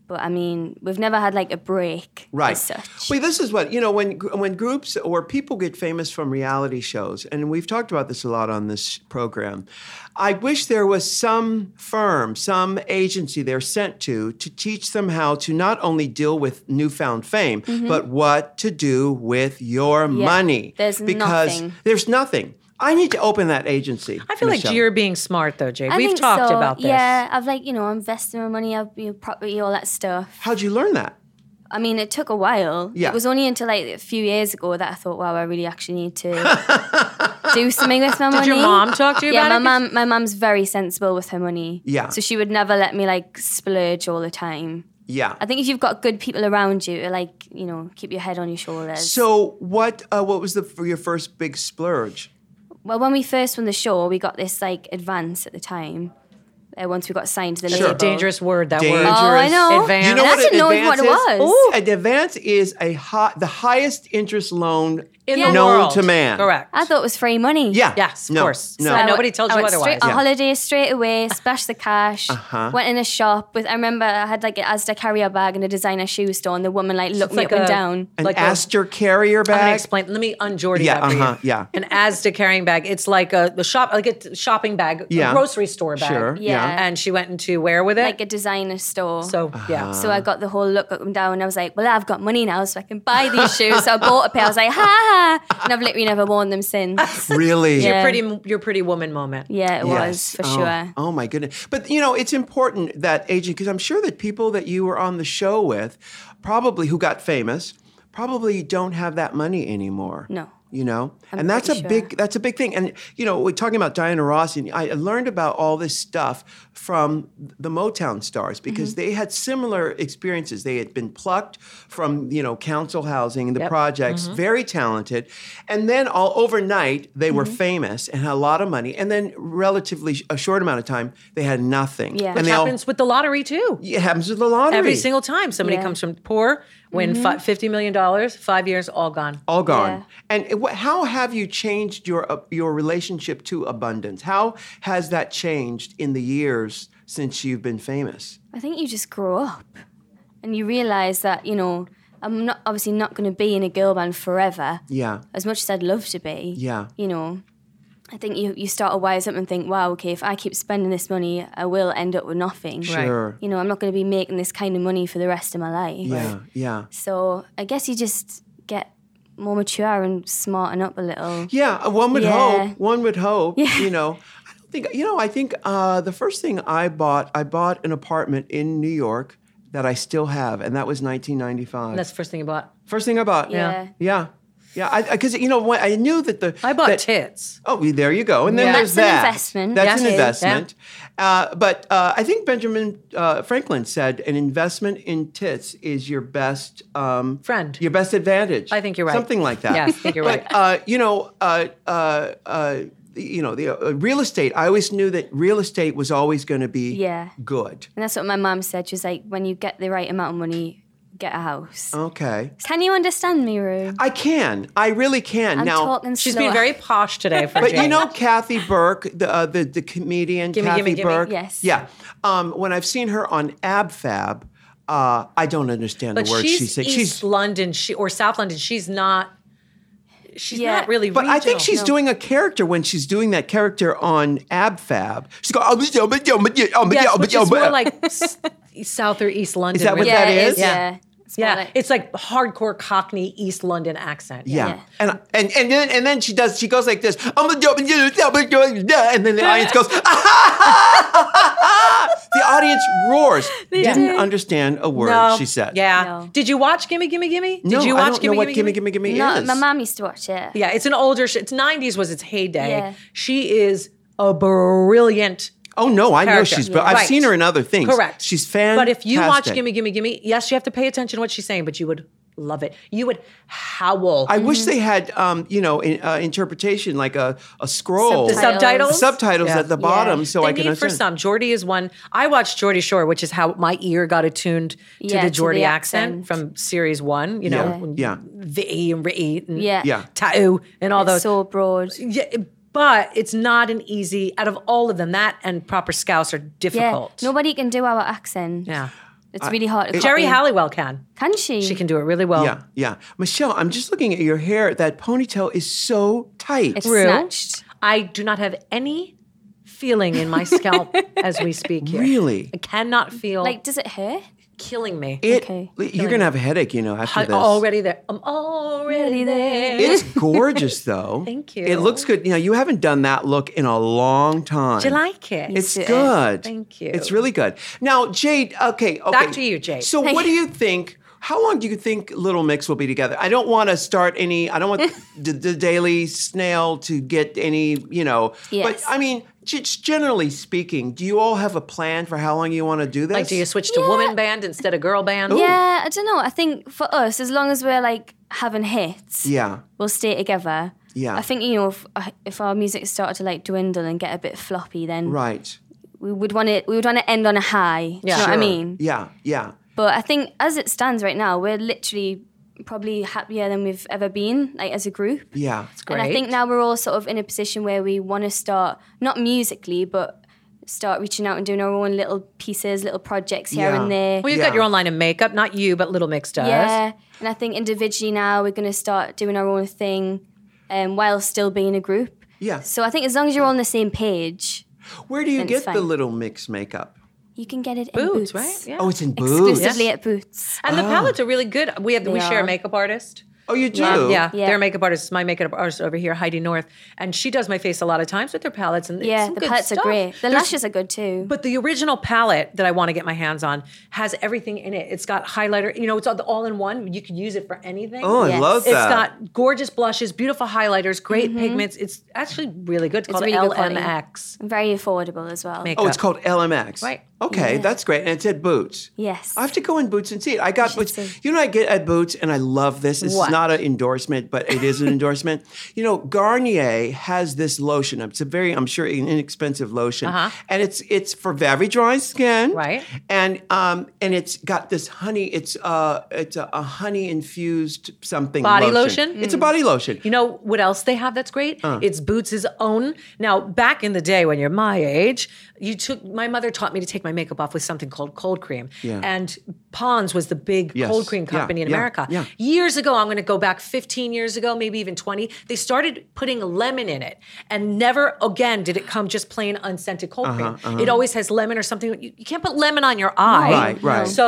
Speaker 7: But I mean, we've never had like a break
Speaker 2: Right.
Speaker 7: as such.
Speaker 2: Well, this is what you know when when groups or people get famous from reality shows, and we've talked about this a lot on this program. I wish there was some firm, some agency they're sent to to teach them how to not only deal with newfound fame,
Speaker 7: Mm-hmm.
Speaker 2: but what to do with your money.
Speaker 7: there's
Speaker 2: because
Speaker 7: nothing.
Speaker 2: there's nothing. I need to open that agency.
Speaker 1: I feel
Speaker 2: Michelle.
Speaker 1: like you're being smart though, Jade.
Speaker 7: I
Speaker 1: We've
Speaker 7: think
Speaker 1: talked
Speaker 7: so.
Speaker 1: about this.
Speaker 7: Yeah, I've like, you know, invested my money, I've been property, all that stuff.
Speaker 2: How'd you learn that?
Speaker 7: I mean, it took a while.
Speaker 2: Yeah.
Speaker 7: It was only until like a few years ago that I thought, wow, I really actually need
Speaker 1: *laughs*
Speaker 7: to do something with my money.
Speaker 1: Did your mom talk to you
Speaker 7: yeah,
Speaker 1: about
Speaker 7: my
Speaker 1: it?
Speaker 7: mom, my mom's very sensible with her money.
Speaker 2: Yeah.
Speaker 7: So she would never let me like splurge all the time.
Speaker 2: Yeah.
Speaker 7: I think if you've got good people around you, to, like you know, keep your head on your shoulders.
Speaker 2: So what? Uh, what was the for your first big splurge?
Speaker 7: well, when we first won the show, we got this like advance at the time. Uh, once we got signed to the
Speaker 2: Sure.
Speaker 7: label,
Speaker 1: Dangerous word, that
Speaker 7: Oh,
Speaker 2: Dangerous.
Speaker 1: word.
Speaker 7: I know.
Speaker 1: Advance.
Speaker 2: You know
Speaker 7: And
Speaker 2: what
Speaker 7: I didn't
Speaker 2: an
Speaker 7: know
Speaker 2: advance
Speaker 7: what it
Speaker 2: is?
Speaker 7: was.
Speaker 2: An advance is a high, the highest interest loan
Speaker 1: In
Speaker 7: Yeah.
Speaker 1: the
Speaker 2: known
Speaker 1: world.
Speaker 2: to man.
Speaker 1: Correct.
Speaker 7: Oh. I thought it was free money.
Speaker 2: Yeah.
Speaker 1: Yes, of
Speaker 2: no,
Speaker 1: course.
Speaker 2: No.
Speaker 1: So
Speaker 7: I
Speaker 1: nobody
Speaker 7: went-
Speaker 1: tells
Speaker 7: I
Speaker 1: you
Speaker 7: went
Speaker 1: otherwise.
Speaker 7: Straight, on holiday straight away, splashed the cash,
Speaker 2: Uh-huh.
Speaker 7: went in a shop with. I remember I had like an Asda carrier bag and a designer shoe store, and the woman like looked
Speaker 1: It's
Speaker 7: me
Speaker 1: like
Speaker 7: up and
Speaker 1: a- *laughs*
Speaker 7: down.
Speaker 2: An
Speaker 1: Like a-
Speaker 2: Astor carrier
Speaker 1: I'm gonna
Speaker 2: bag.
Speaker 1: explain. Let me unjordy
Speaker 2: Yeah,
Speaker 1: that for
Speaker 2: uh-huh,
Speaker 1: you.
Speaker 2: yeah.
Speaker 1: An Asda carrying bag. It's like a, a shop, like a t- shopping bag,
Speaker 2: Yeah.
Speaker 1: a grocery store bag.
Speaker 2: Sure.
Speaker 7: Yeah.
Speaker 1: And she went into where with it?
Speaker 7: like a designer store.
Speaker 1: so
Speaker 2: Ah.
Speaker 1: uh-huh. yeah.
Speaker 7: So I got the whole look up and down, and I was like, "Well, I've got money now, so I can buy these shoes." So I bought a pair. I was like, "Ha ha!" And I've literally never worn them
Speaker 1: *laughs*
Speaker 7: since.
Speaker 2: Really.
Speaker 7: Yeah.
Speaker 1: pretty, your pretty woman moment.
Speaker 7: Yeah, it
Speaker 2: Yes.
Speaker 7: was for
Speaker 2: oh,
Speaker 7: sure.
Speaker 2: Oh my goodness. But you know, it's important that agent because I'm sure that people that you were on the show with, probably who got famous, probably don't have that money anymore.
Speaker 7: No.
Speaker 2: You know,
Speaker 7: I'm
Speaker 2: and that's a
Speaker 7: pretty sure.
Speaker 2: big that's a big thing. And you know, we're talking about Diana Ross, and I learned about all this stuff from the Motown stars because
Speaker 1: Mm-hmm.
Speaker 2: they had similar experiences. They had been plucked from you know council housing, the projects,
Speaker 1: Mm-hmm.
Speaker 2: very talented, and then all overnight they were
Speaker 1: Mm-hmm.
Speaker 2: famous and had a lot of money, and then relatively sh- a short amount of time they had nothing.
Speaker 7: Yeah.
Speaker 2: and
Speaker 7: Which
Speaker 2: they
Speaker 1: Happens with the lottery too.
Speaker 2: all, it happens with the lottery.
Speaker 1: Every single time somebody
Speaker 7: Yeah.
Speaker 1: comes from poor, win fi- $50 million, five years, all gone.
Speaker 2: all gone.
Speaker 7: Yeah.
Speaker 2: And it- wh- how have you changed your uh, your relationship to abundance? How has that changed in the years since you've been famous?
Speaker 7: I think you just grow up and you realize that you know I'm not obviously not going to be in a girl band forever.
Speaker 2: Yeah,
Speaker 7: as much as I'd love to be.
Speaker 2: Yeah.
Speaker 7: You know, I think you, you start to wise up and think, wow, okay, if I keep spending this money, I will end up with nothing.
Speaker 1: Right.
Speaker 2: sure.
Speaker 7: You know, I'm not going to be making this kind of money for the rest of my life.
Speaker 2: Yeah, yeah.
Speaker 7: So I guess you just get more mature and smarten up a little.
Speaker 2: Yeah, uh, one would
Speaker 7: Yeah.
Speaker 2: hope. One would hope. You know, I don't think. You know, I think uh, the first thing I bought, I bought an apartment in New York that I still have, and that was 1995.
Speaker 1: That's the first thing you bought.
Speaker 2: first thing I bought.
Speaker 7: Yeah.
Speaker 2: yeah, yeah. Because you know, when, I knew that the
Speaker 1: I bought
Speaker 2: that-
Speaker 1: tits.
Speaker 2: Oh, well, there you go. And then
Speaker 1: Yeah.
Speaker 2: there's
Speaker 7: That's an
Speaker 2: that.
Speaker 7: investment.
Speaker 2: That's
Speaker 1: Yeah.
Speaker 2: an
Speaker 1: Yeah.
Speaker 2: investment. Uh, but uh, I think Benjamin uh, Franklin said an investment in tits is your best um,
Speaker 1: Friend.
Speaker 2: your best advantage.
Speaker 1: I think you're right.
Speaker 2: Something like that.
Speaker 1: Yeah, I think you're
Speaker 2: But,
Speaker 1: right.
Speaker 2: Uh, you know, uh, uh, uh, you know, the uh, real estate. I always knew that real estate was always going to be
Speaker 7: Yeah.
Speaker 2: good.
Speaker 7: And that's what my mom said. She was like, when you get the right amount of money, get a house.
Speaker 2: Oh. Okay,
Speaker 7: Can you understand me, Rue?
Speaker 2: I can. I really can.
Speaker 7: I'm
Speaker 2: now,
Speaker 7: talking
Speaker 1: She's
Speaker 7: slow.
Speaker 1: being very posh today for
Speaker 2: But you
Speaker 1: Jane.
Speaker 2: know Kathy Burke, the uh, the, the comedian
Speaker 1: Gimme,
Speaker 2: Kathy
Speaker 1: gimme, gimme.
Speaker 2: Burke.
Speaker 7: Yes.
Speaker 2: Yeah. Um, when I've seen her on Ab Fab, uh, I don't understand
Speaker 1: but
Speaker 2: the words
Speaker 1: she's
Speaker 2: she says.
Speaker 1: East London she, or South London. She's not. She's
Speaker 7: Yeah.
Speaker 1: not really.
Speaker 2: but I think
Speaker 1: regional.
Speaker 2: she's doing a character when she's doing that character on Ab Fab. She's going, oh, yeah, but yeah, but yeah, oh, but
Speaker 1: Yes,
Speaker 2: yeah, but
Speaker 1: which
Speaker 2: *laughs* yeah,
Speaker 1: is more
Speaker 2: but-"
Speaker 1: like s- South or East London.
Speaker 2: that what
Speaker 1: really.
Speaker 7: yeah,
Speaker 2: that
Speaker 7: it
Speaker 2: is?
Speaker 7: Yeah.
Speaker 1: Yeah,
Speaker 7: Spotlight.
Speaker 1: it's like hardcore Cockney East London accent.
Speaker 2: Yeah.
Speaker 7: Yeah.
Speaker 2: And, and and then and then she does she goes like this. I'm a job and then the audience goes The audience roars.
Speaker 7: They
Speaker 2: Didn't
Speaker 7: did.
Speaker 2: understand a word
Speaker 1: No,
Speaker 2: she said.
Speaker 1: Yeah.
Speaker 7: No.
Speaker 1: Did you watch Gimme Gimme Gimme?
Speaker 2: No,
Speaker 1: Did you watch
Speaker 2: I don't know what gimme gimme gimme,
Speaker 7: No,
Speaker 2: is.
Speaker 7: my mom used to watch it.
Speaker 1: Yeah, it's an older. sh- It's '90s was its heyday.
Speaker 7: Yeah.
Speaker 1: She is a brilliant.
Speaker 2: Oh no, I know
Speaker 1: character.
Speaker 2: she's
Speaker 1: Yeah.
Speaker 2: but I've
Speaker 1: Right.
Speaker 2: seen her in other things.
Speaker 1: Correct.
Speaker 2: She's fantastic.
Speaker 1: But if you watch Gimme Gimme Gimme, yes, you have to pay attention to what she's saying, but you would love it. You would howl.
Speaker 2: I wish they had um, you know, in, uh, interpretation like a, a scroll
Speaker 1: the subtitles.
Speaker 2: subtitles at the bottom so
Speaker 1: the
Speaker 2: I can
Speaker 1: need for
Speaker 2: understand.
Speaker 1: some. Geordie is one. I watched Geordie Shore, which is how my ear got attuned to
Speaker 7: Yeah,
Speaker 1: the
Speaker 7: to
Speaker 1: Geordie
Speaker 7: the
Speaker 1: accent,
Speaker 7: accent.
Speaker 1: from series one, you know,
Speaker 2: Yeah,
Speaker 1: when
Speaker 2: yeah.
Speaker 1: Vitty and Ritty and
Speaker 7: Yeah.
Speaker 2: Yeah.
Speaker 1: Tattoo and all those.
Speaker 7: So broad.
Speaker 1: yeah, but it's not an easy, out of all of them, that and proper scouse are
Speaker 7: Yeah.
Speaker 1: difficult.
Speaker 7: Nobody can do our accent.
Speaker 1: Yeah.
Speaker 7: It's really hard to
Speaker 1: Jerry
Speaker 7: copy.
Speaker 1: Halliwell can.
Speaker 7: Can she?
Speaker 1: She can do it really well.
Speaker 2: Yeah, yeah. Michelle, I'm just looking at your hair. That ponytail is so tight.
Speaker 7: It's
Speaker 1: Rue.
Speaker 7: snatched.
Speaker 1: I do not have any feeling in
Speaker 2: *laughs*
Speaker 1: my scalp as we speak here.
Speaker 2: really?
Speaker 1: I cannot feel
Speaker 7: Like,
Speaker 1: like
Speaker 7: does it hurt?
Speaker 1: killing me.
Speaker 2: It,
Speaker 7: Okay.
Speaker 2: You're going to have a headache, you know, after
Speaker 1: I'm
Speaker 2: this.
Speaker 1: already there. I'm already there.
Speaker 2: It's gorgeous, though.
Speaker 1: *laughs* Thank
Speaker 2: It
Speaker 1: you.
Speaker 2: looks good. You know, you haven't done that look in a long time.
Speaker 1: Do you like it?
Speaker 2: It's
Speaker 7: Yes, it is.
Speaker 2: good.
Speaker 1: Thank you.
Speaker 2: It's really good. Now, Jade. Okay, okay.
Speaker 1: Back to you, Jade.
Speaker 2: So, what do you think? How long do you think Little Mix will be together? I don't want to start any. I don't
Speaker 1: *laughs*
Speaker 2: want the, the Daily Snail to get any. You know.
Speaker 7: Yes.
Speaker 2: But I mean, just generally speaking, do you all have a plan for how long you want to do this?
Speaker 1: like, do you switch to woman band instead of girl band?
Speaker 7: Yeah, I don't know. I think for us, as long as we're like having hits,
Speaker 2: Yeah.
Speaker 7: we'll stay together.
Speaker 2: Yeah.
Speaker 7: I think you know if uh, if our music started to like dwindle and get a bit floppy, then
Speaker 2: Right.
Speaker 7: we would want to we would want to end on a high. Do you know what I
Speaker 1: Sure.
Speaker 7: mean?
Speaker 2: Yeah. Yeah.
Speaker 7: But I think as it stands right now, we're literally probably happier than we've ever been, like as a group.
Speaker 2: Yeah.
Speaker 7: And I think now we're all sort of in a position where we want to start not musically, but start reaching out and doing our own little pieces, little projects here
Speaker 2: Yeah.
Speaker 7: and there.
Speaker 1: Well, you've
Speaker 2: Yeah.
Speaker 1: got your own line of makeup, not you, but Little Mix does.
Speaker 7: Yeah, and I think individually now we're going to start doing our own thing, um, while still being a group.
Speaker 2: Yeah.
Speaker 7: So I think as long as you're on the same page,
Speaker 2: Where do you
Speaker 7: Then
Speaker 2: get
Speaker 7: it's
Speaker 2: the
Speaker 7: fine.
Speaker 2: Little Mix makeup?
Speaker 7: you can get it in
Speaker 1: Boots,
Speaker 7: Boots,
Speaker 1: right? Yeah.
Speaker 2: Oh, it's Oh. in Boots.
Speaker 7: Exclusively at Boots.
Speaker 1: and the palettes are really good. We have we
Speaker 7: They
Speaker 1: share a
Speaker 7: are.
Speaker 1: makeup artist.
Speaker 2: Oh, you do?
Speaker 1: Um, yeah,
Speaker 7: Yeah.
Speaker 1: their makeup artist, my makeup artist over here, Heidi North, and she does my face a lot of times with her palettes. And it's
Speaker 7: Yeah,
Speaker 1: some
Speaker 7: the
Speaker 1: good
Speaker 7: palettes are
Speaker 1: stuff.
Speaker 7: great. The
Speaker 1: There's-
Speaker 7: lashes are good too.
Speaker 1: But the original palette that I want to get my hands on has everything in it. It's got highlighter, you know, it's all, all in one. You can use it for anything.
Speaker 2: Oh, I
Speaker 7: Yes.
Speaker 2: love
Speaker 1: It's
Speaker 2: that.
Speaker 1: got gorgeous blushes, beautiful highlighters, great pigments. It's actually really good. It's, called
Speaker 7: Mm-hmm. really good quality.
Speaker 1: LMX.
Speaker 7: Very affordable as well.
Speaker 1: Makeup.
Speaker 2: oh, it's called LMX.
Speaker 1: Right.
Speaker 2: Okay, that's great. And it's at Boots.
Speaker 7: Yes.
Speaker 2: I have to go in Boots and see it. I got
Speaker 7: should
Speaker 2: Boots.
Speaker 7: see.
Speaker 2: You know, what I get at Boots, and I love this. It's
Speaker 1: What?
Speaker 2: not an endorsement, but it
Speaker 1: *laughs*
Speaker 2: is an endorsement. You know, Garnier has this lotion. It's a very, I'm sure, an inexpensive lotion, and it's it's for very dry skin,
Speaker 1: Uh-huh. Right.
Speaker 2: And um, and it's got this honey. It's uh, it's a, a honey infused something
Speaker 1: Body lotion? Mm.
Speaker 2: It's a body lotion.
Speaker 1: You know what else they have that's great?
Speaker 2: Uh.
Speaker 1: It's Boots' own. Now, back in the day when you're my age, you took my mother taught me to take my makeup off with something called cold cream.
Speaker 2: Yeah.
Speaker 1: And Pond's was the big
Speaker 2: Yes.
Speaker 1: cold cream
Speaker 2: Yeah,
Speaker 1: company in
Speaker 2: yeah,
Speaker 1: America.
Speaker 2: yeah.
Speaker 1: Years ago, I'm going to go back 15 years ago, maybe even 20, they started putting lemon in it. And never again did it come just plain unscented cold
Speaker 2: Uh-huh,
Speaker 1: cream. It always has lemon or something. You, you can't put lemon on your eye.
Speaker 2: Right, right.
Speaker 1: So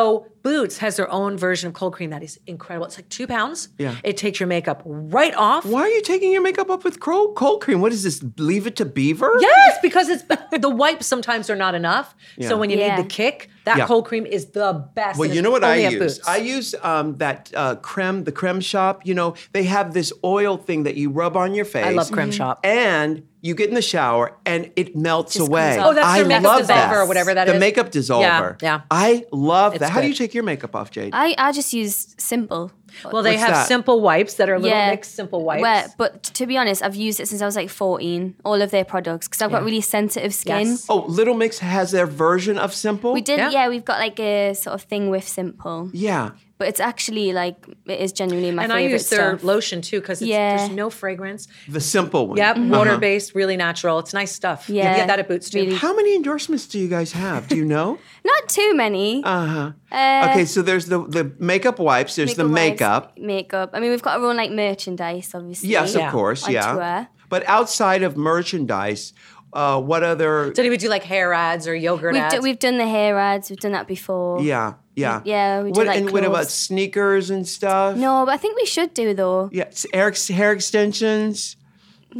Speaker 1: Boots has their own version of cold cream that is incredible. It's like two pounds.
Speaker 2: Yeah.
Speaker 1: It takes your makeup right off.
Speaker 2: Why are you taking your makeup up with cold, cold cream? What is this? Leave it to Beaver?
Speaker 1: Yes, because it's the wipes sometimes are not enough.
Speaker 2: Yeah.
Speaker 1: So when you
Speaker 7: Yeah.
Speaker 1: need the kick, that
Speaker 2: Yeah.
Speaker 1: cold cream is the best.
Speaker 2: Well,
Speaker 1: and
Speaker 2: you
Speaker 1: it's
Speaker 2: know what I
Speaker 1: only at
Speaker 2: use?
Speaker 1: Boots.
Speaker 2: I use um, that uh, creme, the creme shop. You know, they have this oil thing that you rub on your face.
Speaker 1: I love creme shop.
Speaker 2: And you get in the shower and it melts away.
Speaker 7: off. Oh,
Speaker 1: that's
Speaker 2: I
Speaker 1: their makeup
Speaker 2: love that.
Speaker 1: dissolver or whatever that
Speaker 2: the
Speaker 1: is.
Speaker 2: makeup dissolver.
Speaker 1: yeah.
Speaker 2: I love that.
Speaker 1: It's
Speaker 2: How do
Speaker 1: good.
Speaker 2: you take your makeup off, Jade?
Speaker 7: I, I just use simple.
Speaker 1: well, they
Speaker 2: What's
Speaker 1: have
Speaker 2: that?
Speaker 1: simple wipes that are little
Speaker 7: Yeah.
Speaker 1: mixed simple wipes.
Speaker 7: Where, but t- to be honest, I've used it since I was like 14, all of their products, because I've got really sensitive skin.
Speaker 1: Yes.
Speaker 2: oh, Little Mix has their version of simple.
Speaker 7: We did,
Speaker 1: Yeah.
Speaker 7: yeah. we've got like a sort of thing with simple,
Speaker 2: Yeah.
Speaker 7: but it's actually like, it is genuinely my
Speaker 1: and I
Speaker 7: favorite.
Speaker 1: use their
Speaker 7: stuff.
Speaker 1: lotion too because
Speaker 7: Yeah. Mm-hmm.
Speaker 1: there's no fragrance.
Speaker 2: The simple one.
Speaker 1: Yep, water
Speaker 2: Uh-huh.
Speaker 1: based, really natural. It's nice stuff. you
Speaker 7: Yeah.
Speaker 1: can get that at Boots too.
Speaker 7: Really-
Speaker 2: How many endorsements do you guys have? Do you know?
Speaker 7: Not too many.
Speaker 2: Uh-huh.
Speaker 7: *laughs* Uh,
Speaker 2: Okay, so there's the, the makeup wipes, there's the makeup.
Speaker 7: wipes, Makeup. I mean, we've got our own like merchandise, obviously.
Speaker 2: Yes,
Speaker 1: Yeah.
Speaker 2: of course.
Speaker 7: On
Speaker 2: yeah.
Speaker 7: tour.
Speaker 2: But outside of merchandise, Uh, what other?
Speaker 1: Did anybody do like hair ads or yogurt
Speaker 7: We've,
Speaker 1: ads?
Speaker 7: do, we've done the hair ads. We've done that before.
Speaker 2: Yeah, yeah,
Speaker 7: Yeah, we do
Speaker 2: What
Speaker 7: like
Speaker 2: and what about
Speaker 7: clothes.
Speaker 2: sneakers and stuff?
Speaker 7: No, but I think we should do though.
Speaker 2: Yeah, s- hair, ex- hair extensions.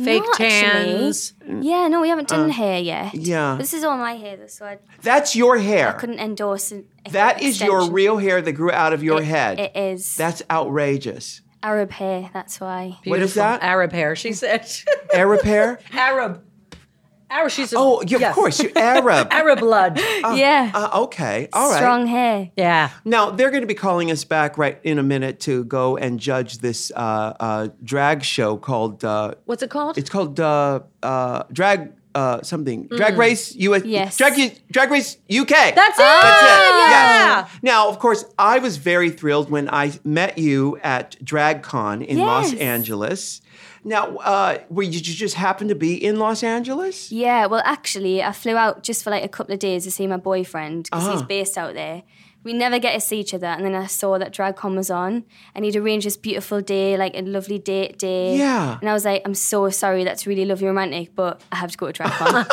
Speaker 1: Fake
Speaker 7: Not actually.
Speaker 1: tans.
Speaker 7: Yeah, no, we haven't done hair yet.
Speaker 2: Mm. Uh, yeah.
Speaker 7: This is all my hair though, so I
Speaker 2: That's your hair.
Speaker 7: couldn't endorse it.
Speaker 2: That is your real hair that grew out of your head.
Speaker 7: It is.
Speaker 2: That's outrageous.
Speaker 7: Arab hair, that's why.
Speaker 2: What is
Speaker 1: Beautiful.
Speaker 2: that?
Speaker 1: Arab hair. She said
Speaker 2: Arab hair?
Speaker 1: *laughs* Arab. Arab. She's a,
Speaker 2: Oh, yeah,
Speaker 1: yes.
Speaker 2: of course. You're Arab.
Speaker 1: Arab
Speaker 2: *laughs*
Speaker 1: blood.
Speaker 7: yeah.
Speaker 2: Uh, okay. All right.
Speaker 7: Strong hair.
Speaker 1: Yeah.
Speaker 2: Now they're going to be calling us back right in a minute to go and judge this uh, uh, drag show called. Uh,
Speaker 1: What's it called?
Speaker 2: it's called uh, uh, drag uh, something. Drag Race US.
Speaker 7: Mm. Yes.
Speaker 2: Drag U- Drag Race UK.
Speaker 1: That's
Speaker 2: That's
Speaker 1: it.
Speaker 2: it.
Speaker 1: Yeah.
Speaker 2: Yes. Now, of course, I was very thrilled when I met you at DragCon in Los
Speaker 7: Yes.
Speaker 2: Angeles. Now, uh, were you, did you just happen to be in Los Angeles?
Speaker 7: Yeah, well, actually, I flew out just for like a couple of days to see my boyfriend because
Speaker 2: Uh-huh.
Speaker 7: he's based out there. We never get to see each other. And then I saw that DragCon was on and he'd arranged this beautiful day, like a lovely date day.
Speaker 2: Yeah.
Speaker 7: And I was like, I'm so sorry, that's really lovely and romantic, but I have to go to DragCon.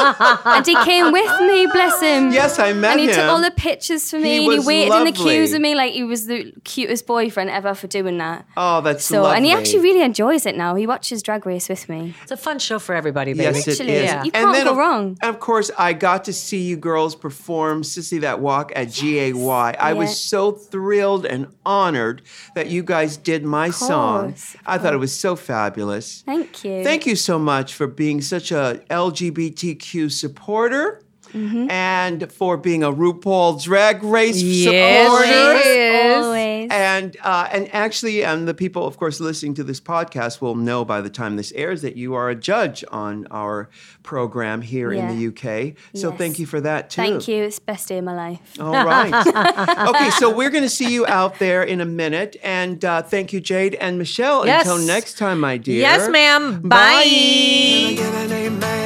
Speaker 7: *laughs* and he came with me, bless him.
Speaker 2: Yes, I met
Speaker 7: And he
Speaker 2: him.
Speaker 7: took all the pictures for me
Speaker 2: He
Speaker 7: and he
Speaker 2: was
Speaker 7: waited in the
Speaker 2: lovely.
Speaker 7: queues with me like he was the cutest boyfriend ever for doing that.
Speaker 2: oh, that's
Speaker 7: So,
Speaker 2: lovely.
Speaker 7: and he actually really enjoys it now. He watches Drag Race with me.
Speaker 1: It's a fun show for everybody, baby.
Speaker 2: Yes, it is.
Speaker 7: Literally,
Speaker 1: Yeah.
Speaker 7: you can't go
Speaker 2: of,
Speaker 7: wrong.
Speaker 2: Of course, I got to see you girls perform Sissy That Walk at GAY. I
Speaker 7: Yeah.
Speaker 2: was so thrilled and honored that you guys did my song.
Speaker 7: course, Oh.
Speaker 2: I thought it was so fabulous.
Speaker 7: Thank you.
Speaker 2: Thank you so much for being such a LGBTQ supporter
Speaker 7: Mm-hmm.
Speaker 2: and for being a RuPaul Drag Race
Speaker 5: Yes,
Speaker 2: supporter.
Speaker 5: she is.
Speaker 7: Always.
Speaker 2: And uh, and actually, and the people, of course, listening to this podcast will know by the time this airs that you are a judge on our program here
Speaker 7: Yeah.
Speaker 2: in the UK. So
Speaker 7: Yes.
Speaker 2: thank you for that too.
Speaker 7: Thank you. It's the best day of my life.
Speaker 2: All right. okay, so we're going to see you out there in a minute, and uh, thank you, Jade and Michelle.
Speaker 1: Yes.
Speaker 2: Until next time, my dear.
Speaker 1: Yes, ma'am.
Speaker 2: Can I
Speaker 1: Bye.
Speaker 2: get an amen?